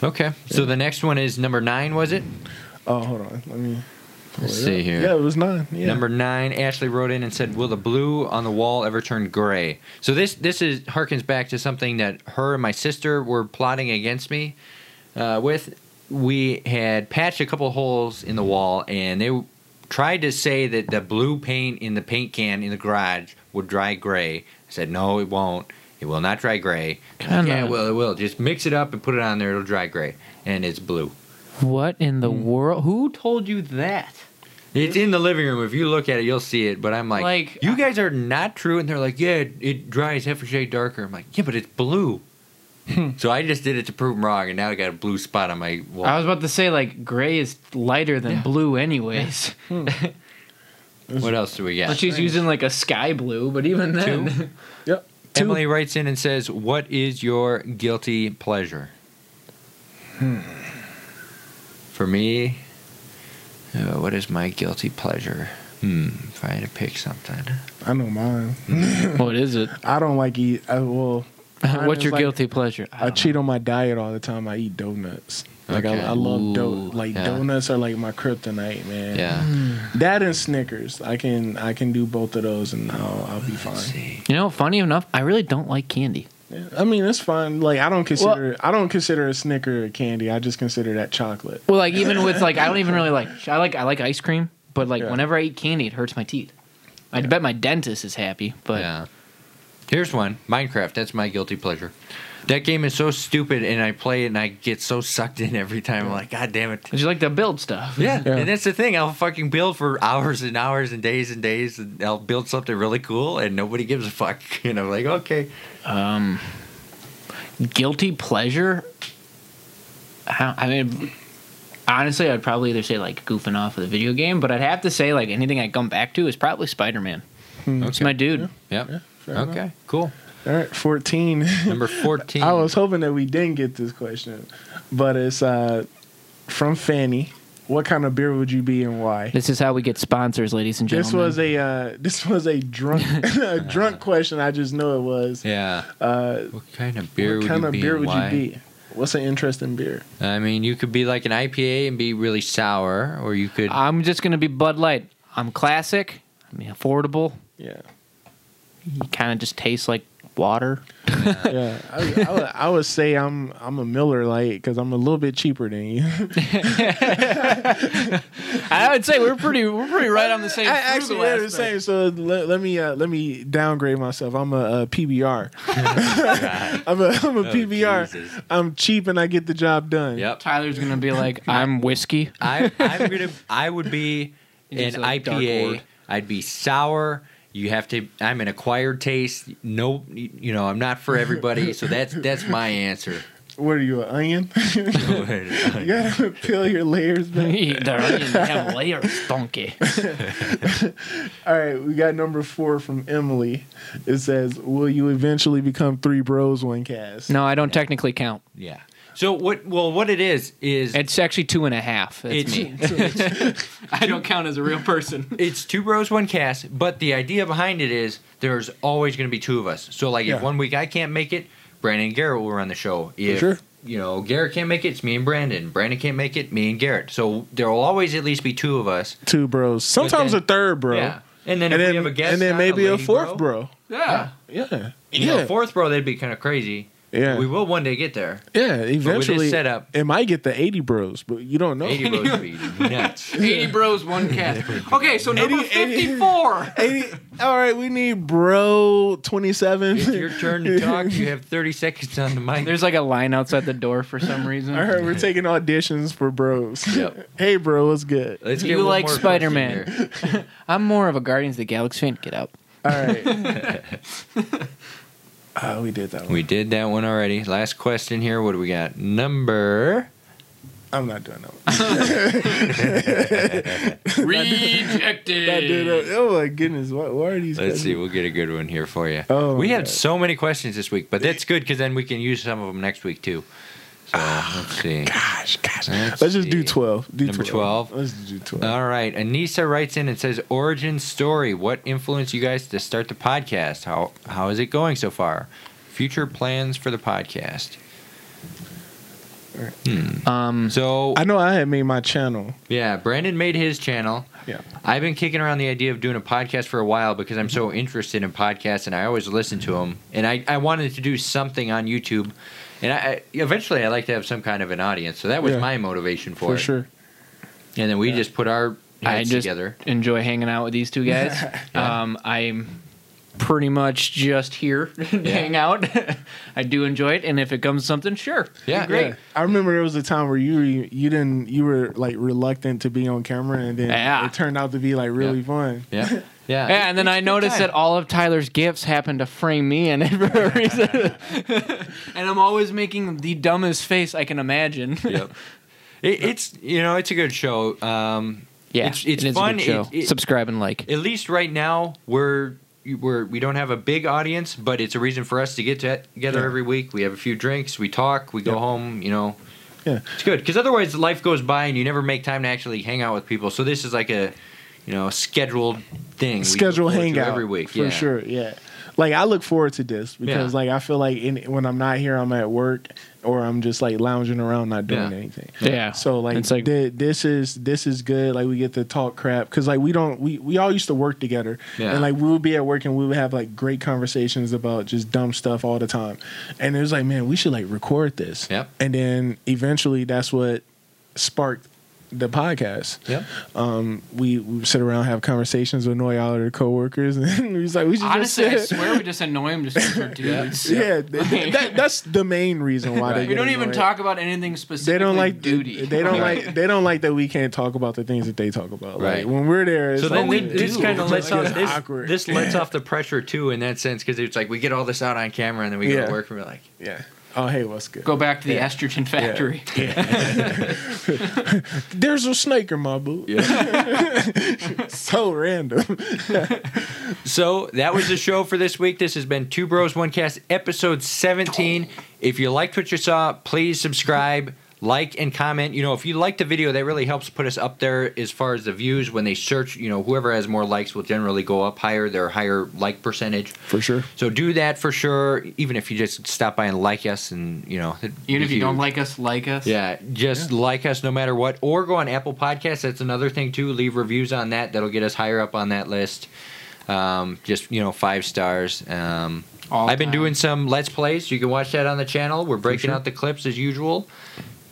Speaker 1: okay. So the next one is number nine, was it?
Speaker 2: Oh, hold on. Let me pull
Speaker 1: Let's
Speaker 2: it
Speaker 1: see
Speaker 2: up.
Speaker 1: here.
Speaker 2: Yeah, it was nine. Yeah.
Speaker 1: Number nine, Ashley wrote in and said, "Will the blue on the wall ever turn gray?" So this this is harkens back to something that her and my sister were plotting against me. Uh, with we had patched a couple holes in the wall, and they tried to say that the blue paint in the paint can in the garage would dry gray. I said, "No, it won't. It will not dry gray." And I'm like, yeah,
Speaker 3: Kinda.
Speaker 1: it will. It will. Just mix it up and put it on there. It'll dry gray, and it's blue.
Speaker 3: What in the world? Hmm. Who told you that?
Speaker 1: It's in the living room. If you look at it, you'll see it. But I'm like,
Speaker 3: Like-
Speaker 1: you guys are not true. And they're like, yeah, it, it dries half a shade darker. I'm like, yeah, but it's blue.
Speaker 3: Hmm.
Speaker 1: so I just did it to prove them wrong, and now I got a blue spot on my wall.
Speaker 3: I was about to say like gray is lighter than blue, anyways.
Speaker 1: what else do we got?
Speaker 3: But she's using like a sky blue, but even then,
Speaker 2: Yep. Two-
Speaker 1: Emily writes in and says, "What is your guilty pleasure?"
Speaker 3: Hmm.
Speaker 1: For me, uh, what is my guilty pleasure? Hmm. If I had to pick something,
Speaker 2: I know mine.
Speaker 3: what is it?
Speaker 2: I don't like eat. I, well, Mine
Speaker 3: What's
Speaker 2: is
Speaker 3: your
Speaker 2: like-
Speaker 3: guilty pleasure?
Speaker 2: I,
Speaker 3: don't
Speaker 2: cheat on my diet all the time. I eat donuts. Like
Speaker 1: Okay.
Speaker 2: I, I love
Speaker 3: Ooh,
Speaker 2: donuts. Like
Speaker 1: yeah.
Speaker 2: donuts are like my kryptonite, man.
Speaker 1: yeah.
Speaker 2: That and Snickers. I can I can do both of those and I'll, I'll be
Speaker 1: Let's
Speaker 3: Hmm.
Speaker 2: fine.
Speaker 1: see.
Speaker 3: You know, funny enough, I really don't like candy.
Speaker 2: Yeah. I mean, it's fine. Like I don't consider I don't consider a Snicker a candy. I just consider that chocolate.
Speaker 3: Well, like even with like, I don't even really like. I like I like ice cream, but like
Speaker 2: Yeah.
Speaker 3: whenever I eat candy, it hurts my teeth. I bet my dentist is happy, but
Speaker 1: yeah. Here's one Minecraft. That's my guilty pleasure. That game is so stupid, and I play it, and I get so sucked in every time. I'm like, God damn it.
Speaker 3: 'cause you like to build stuff.
Speaker 1: Yeah,
Speaker 2: Yeah.
Speaker 1: and that's the thing. I'll fucking build for hours and hours and days and days, and I'll build something really cool, and nobody gives a fuck. And I'm like, okay,
Speaker 3: Guilty pleasure. How, I mean, honestly, I'd probably either say like goofing off with a video game, but I'd have to say like anything I come back to is probably Spider Man. It's my dude.
Speaker 1: yep,
Speaker 2: Hmm. fair
Speaker 1: okay, cool.
Speaker 2: All right, fourteen.
Speaker 1: Number fourteen.
Speaker 2: I was hoping that we didn't get this question, but it's uh, from Fanny. What kind of beer would you be and why?
Speaker 3: This is how we get sponsors, ladies and
Speaker 2: This
Speaker 3: gentlemen.
Speaker 2: was a uh, this was a drunk a drunk question. I just know it was.
Speaker 1: yeah.
Speaker 2: Uh,
Speaker 1: What kind of beer
Speaker 2: what
Speaker 1: would
Speaker 2: kind
Speaker 1: you
Speaker 2: of
Speaker 1: be?
Speaker 2: beer
Speaker 1: and
Speaker 2: would
Speaker 1: why?
Speaker 2: you be? What's an interesting beer?
Speaker 1: I mean, you could be like an IPA and be really sour, or you could.
Speaker 3: I'm just gonna be Bud Light. I'm classic. I mean, affordable.
Speaker 2: Yeah,
Speaker 3: You kind of just taste like water.
Speaker 2: yeah. I, I, would, I would say I'm I'm a Miller Lite because I'm a little bit cheaper than you.
Speaker 3: I would say we're pretty we're pretty right on the same.
Speaker 2: I actually
Speaker 3: frugal
Speaker 2: we're the
Speaker 3: aspect.
Speaker 2: same. So let, let me uh, let me downgrade myself. I'm a, uh PBR. I'm a I'm a
Speaker 1: Oh,
Speaker 2: PBR.
Speaker 1: Jesus.
Speaker 2: I'm cheap and I get the job done.
Speaker 1: Yep.
Speaker 3: Tyler's gonna be like, I'm whiskey.
Speaker 1: I, I'm gonna. I would be an
Speaker 3: It's a dark
Speaker 1: IPA.
Speaker 3: word.
Speaker 1: I'd be sour. You have to. I'm an acquired taste. No, you know, I'm not for everybody. So that's that's my answer.
Speaker 2: What are you, an onion? you gotta peel your layers back.
Speaker 3: They're onion have layers, donkey.
Speaker 2: All right, we got number four from Emily. It says, "Will you eventually become three bros one cast?"
Speaker 3: No, I don't technically count.
Speaker 1: Yeah. So what? Well, what it is is
Speaker 3: It's actually two and a half. That's
Speaker 1: It's-
Speaker 3: me. I don't count as a real person.
Speaker 1: it's two bros, one cast. But the idea behind it is there's always going to be two of us. So like,
Speaker 2: Yeah.
Speaker 1: if one week I can't make it, Brandon and Garrett will run the show. If
Speaker 2: sure.
Speaker 1: you know Garrett can't make it, it's me and Brandon. Brandon can't make it, me and Garrett. So there will always at least be two of us.
Speaker 2: Two bros. Sometimes
Speaker 1: then-
Speaker 2: a third bro.
Speaker 1: Yeah. And then
Speaker 2: and
Speaker 1: if
Speaker 2: then
Speaker 1: we have a guest,
Speaker 2: and then
Speaker 1: on,
Speaker 2: maybe a,
Speaker 1: lady
Speaker 2: fourth bro.
Speaker 3: Yeah.
Speaker 2: Yeah.
Speaker 1: You
Speaker 2: Yeah.
Speaker 1: know, fourth bro, that'd be kind of crazy.
Speaker 2: yeah.
Speaker 1: We will one day get there.
Speaker 2: yeah. Eventually,
Speaker 1: setup-
Speaker 2: it might get the eighty bros, but you don't know.
Speaker 1: Eighty
Speaker 2: 80,
Speaker 1: bros would be nuts.
Speaker 3: 80 bros, one cat. Okay, so number 54.
Speaker 2: all right, we need bro twenty seven.
Speaker 1: It's your turn to talk. You have thirty seconds on the mic.
Speaker 3: There's like a line outside the door for some reason.
Speaker 2: I heard we're taking auditions for bros.
Speaker 1: Yep. Uh,
Speaker 2: hey, bro, what's good?
Speaker 1: Let's
Speaker 3: Do
Speaker 1: get
Speaker 3: you
Speaker 1: one
Speaker 3: like
Speaker 1: more question
Speaker 3: Spider-Man?
Speaker 1: here.
Speaker 3: I'm more of a Guardians of the Galaxy fan. Get out.
Speaker 2: All right. uh, we did that one.
Speaker 1: We did that one already. Last question here. What do we got? Number.
Speaker 2: I'm not doing that one. That dude,
Speaker 3: Rejected.
Speaker 2: uh, oh my goodness, why, why are these?
Speaker 1: Let's
Speaker 2: guys-
Speaker 1: see. We'll get a good one here for you.
Speaker 2: Oh,
Speaker 1: we
Speaker 2: my
Speaker 1: had
Speaker 2: God.
Speaker 1: so many questions this week, but that's good because then we can use some of them next week too. So let's see.
Speaker 2: Gosh, gosh.
Speaker 1: Let's
Speaker 2: Let's, just do
Speaker 1: see.
Speaker 2: twelve. Do
Speaker 1: Number Uh, 12.
Speaker 2: Let's do twelve.
Speaker 1: All right. Anissa writes in and says, "Origin story. What influenced you guys to start the podcast? How how is it going so far? Future plans for the podcast."
Speaker 3: Um,
Speaker 1: So
Speaker 2: I know I had made my channel.
Speaker 1: yeah, Brandon made his channel.
Speaker 2: Yeah.
Speaker 1: I've been kicking around the idea of doing a podcast for a while because I'm so interested in podcasts and I always listen to them. And I, I wanted to do something on YouTube. And I, I eventually I like to have some kind of an audience. So that was
Speaker 2: Yeah.
Speaker 1: my motivation for,
Speaker 2: For
Speaker 1: it.
Speaker 2: sure.
Speaker 1: And then we
Speaker 2: Yeah.
Speaker 1: just put our
Speaker 3: I
Speaker 1: heads
Speaker 3: just-
Speaker 1: together.
Speaker 3: enjoy hanging out with these two guys. um, I'm pretty much just here to hang out. I do enjoy it, and if it comes to something, sure.
Speaker 1: Yeah.
Speaker 3: great.
Speaker 2: Yeah. I remember there was a time where you you didn't you were like reluctant to be on camera, and then
Speaker 3: Yeah.
Speaker 2: it turned out to be like really
Speaker 1: Yeah.
Speaker 2: fun.
Speaker 1: Yeah. Yeah.
Speaker 3: Yeah, and then I noticed
Speaker 1: time.
Speaker 3: that all of Tyler's gifts happened to frame me in it for a reason. and I'm always making the dumbest face I can imagine.
Speaker 1: Yep. It, it's, you know, it's a good show. Um,
Speaker 3: yeah,
Speaker 1: It's- it's
Speaker 3: it is
Speaker 1: fun,
Speaker 3: a good show.
Speaker 1: it- it-
Speaker 3: Subscribe and like.
Speaker 1: at least right now, we're you- we're we don't have a big audience, but it's a reason for us to get to, together
Speaker 2: Yeah.
Speaker 1: every week. We have a few drinks, we talk, we go
Speaker 2: Yeah.
Speaker 1: home. You know,
Speaker 2: Yeah.
Speaker 1: it's good because otherwise life goes by and you never make time to actually hang out with people. So this is like a you know scheduled thing, we look
Speaker 2: schedule
Speaker 1: forward to
Speaker 2: hangout
Speaker 1: every week
Speaker 2: for
Speaker 1: yeah.
Speaker 2: sure. Yeah, like I look forward to this because
Speaker 1: Yeah.
Speaker 2: like I feel like in, when I'm not here, I'm at work or I'm just like lounging around not doing
Speaker 1: Yeah.
Speaker 2: anything.
Speaker 4: Yeah.
Speaker 2: So like,
Speaker 4: it's like
Speaker 2: thi- this is this is good. Like we get to talk crap because like we don't we we all used to work together
Speaker 1: Yeah.
Speaker 2: and like we would be at work and we would have like great conversations about just dumb stuff all the time. And it was like, man, we should like record this.
Speaker 1: Yep.
Speaker 2: And then eventually, that's what sparked the podcast
Speaker 1: Yeah.
Speaker 2: um, we, we would sit around have conversations with annoy all our coworkers, and he's like, we should
Speaker 3: Honestly, I
Speaker 2: just sit.
Speaker 3: swear we just annoy him just because we're dudes.
Speaker 2: yeah, th- th- that, that's the main reason why they
Speaker 3: We
Speaker 2: get
Speaker 3: don't even
Speaker 2: annoyed.
Speaker 3: talk about anything specific.
Speaker 2: They don't like
Speaker 3: duty.
Speaker 2: They don't
Speaker 1: Right.
Speaker 2: like. They don't like that we can't talk about the things that they talk about. Like,
Speaker 1: Right.
Speaker 2: when we're there, it's
Speaker 1: So
Speaker 2: like,
Speaker 1: then we,
Speaker 3: we
Speaker 1: this
Speaker 3: do.
Speaker 1: kind of lets
Speaker 2: It's like
Speaker 1: off
Speaker 2: it's
Speaker 1: this,
Speaker 2: awkward.
Speaker 1: this lets off the pressure too in that sense because it's like we get all this out on camera and then we go
Speaker 2: Yeah.
Speaker 1: to work and we're like
Speaker 2: yeah. Oh hey, what's good?
Speaker 3: Go back to the
Speaker 2: Yeah.
Speaker 3: estrogen factory.
Speaker 2: There's a snake in my boot. so random.
Speaker 1: So that was the show for this week. This has been Two Bros One Cast, episode 17. If you liked what you saw, please subscribe, like, and comment. You know, if you like the video, that really helps put us up there as far as the views. When they search, you know, whoever has more likes will generally go up higher. Their higher like percentage.
Speaker 2: For sure.
Speaker 1: So do that for sure. Even if you just stop by and like us, and you know, it'd
Speaker 3: Even if
Speaker 1: be
Speaker 3: you don't
Speaker 1: huge.
Speaker 3: like us, like us.
Speaker 1: Yeah, just like us no matter what, or go on Apple Podcasts. That's another thing too. Leave reviews on that. That'll get us higher up on that list. Um, just you know, five stars. Um,
Speaker 3: All
Speaker 1: I've been
Speaker 3: time.
Speaker 1: doing some let's plays. You can watch that on the channel. We're breaking
Speaker 2: sure.
Speaker 1: out the clips as usual.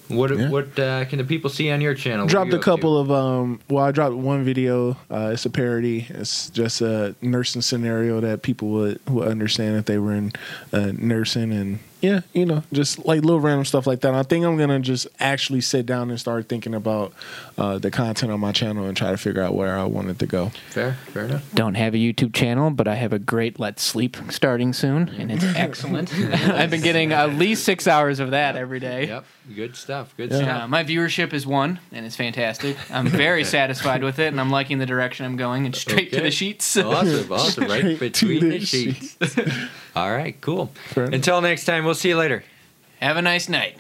Speaker 1: What
Speaker 2: Yeah.
Speaker 1: what uh, can the people see on your channel? What are
Speaker 2: dropped
Speaker 1: you
Speaker 2: a
Speaker 1: up to?
Speaker 2: couple of um well i dropped one video uh it's a parody it's just a nursing scenario that people would would understand if they were in uh, nursing and yeah you know just like little random stuff like that i think i'm gonna just actually sit down and start thinking about uh the content on my channel and try to figure out where i want it to go
Speaker 1: Fair, fair enough.
Speaker 4: don't have a YouTube channel, but I have a great Let's Sleep starting soon, and it's excellent. I've been getting at least six hours of that every day.
Speaker 1: Yep, good stuff. Good
Speaker 2: Yeah.
Speaker 1: stuff.
Speaker 3: Uh, my viewership is one, and it's fantastic. I'm very satisfied with it, and I'm liking the direction I'm going, and straight to
Speaker 1: Okay.
Speaker 3: the sheets.
Speaker 1: Awesome, awesome. Right
Speaker 2: Straight to
Speaker 1: between
Speaker 2: the
Speaker 1: the sheets. All right, cool.
Speaker 2: Fair enough.
Speaker 1: Until next time, we'll see you later.
Speaker 3: Have a nice night.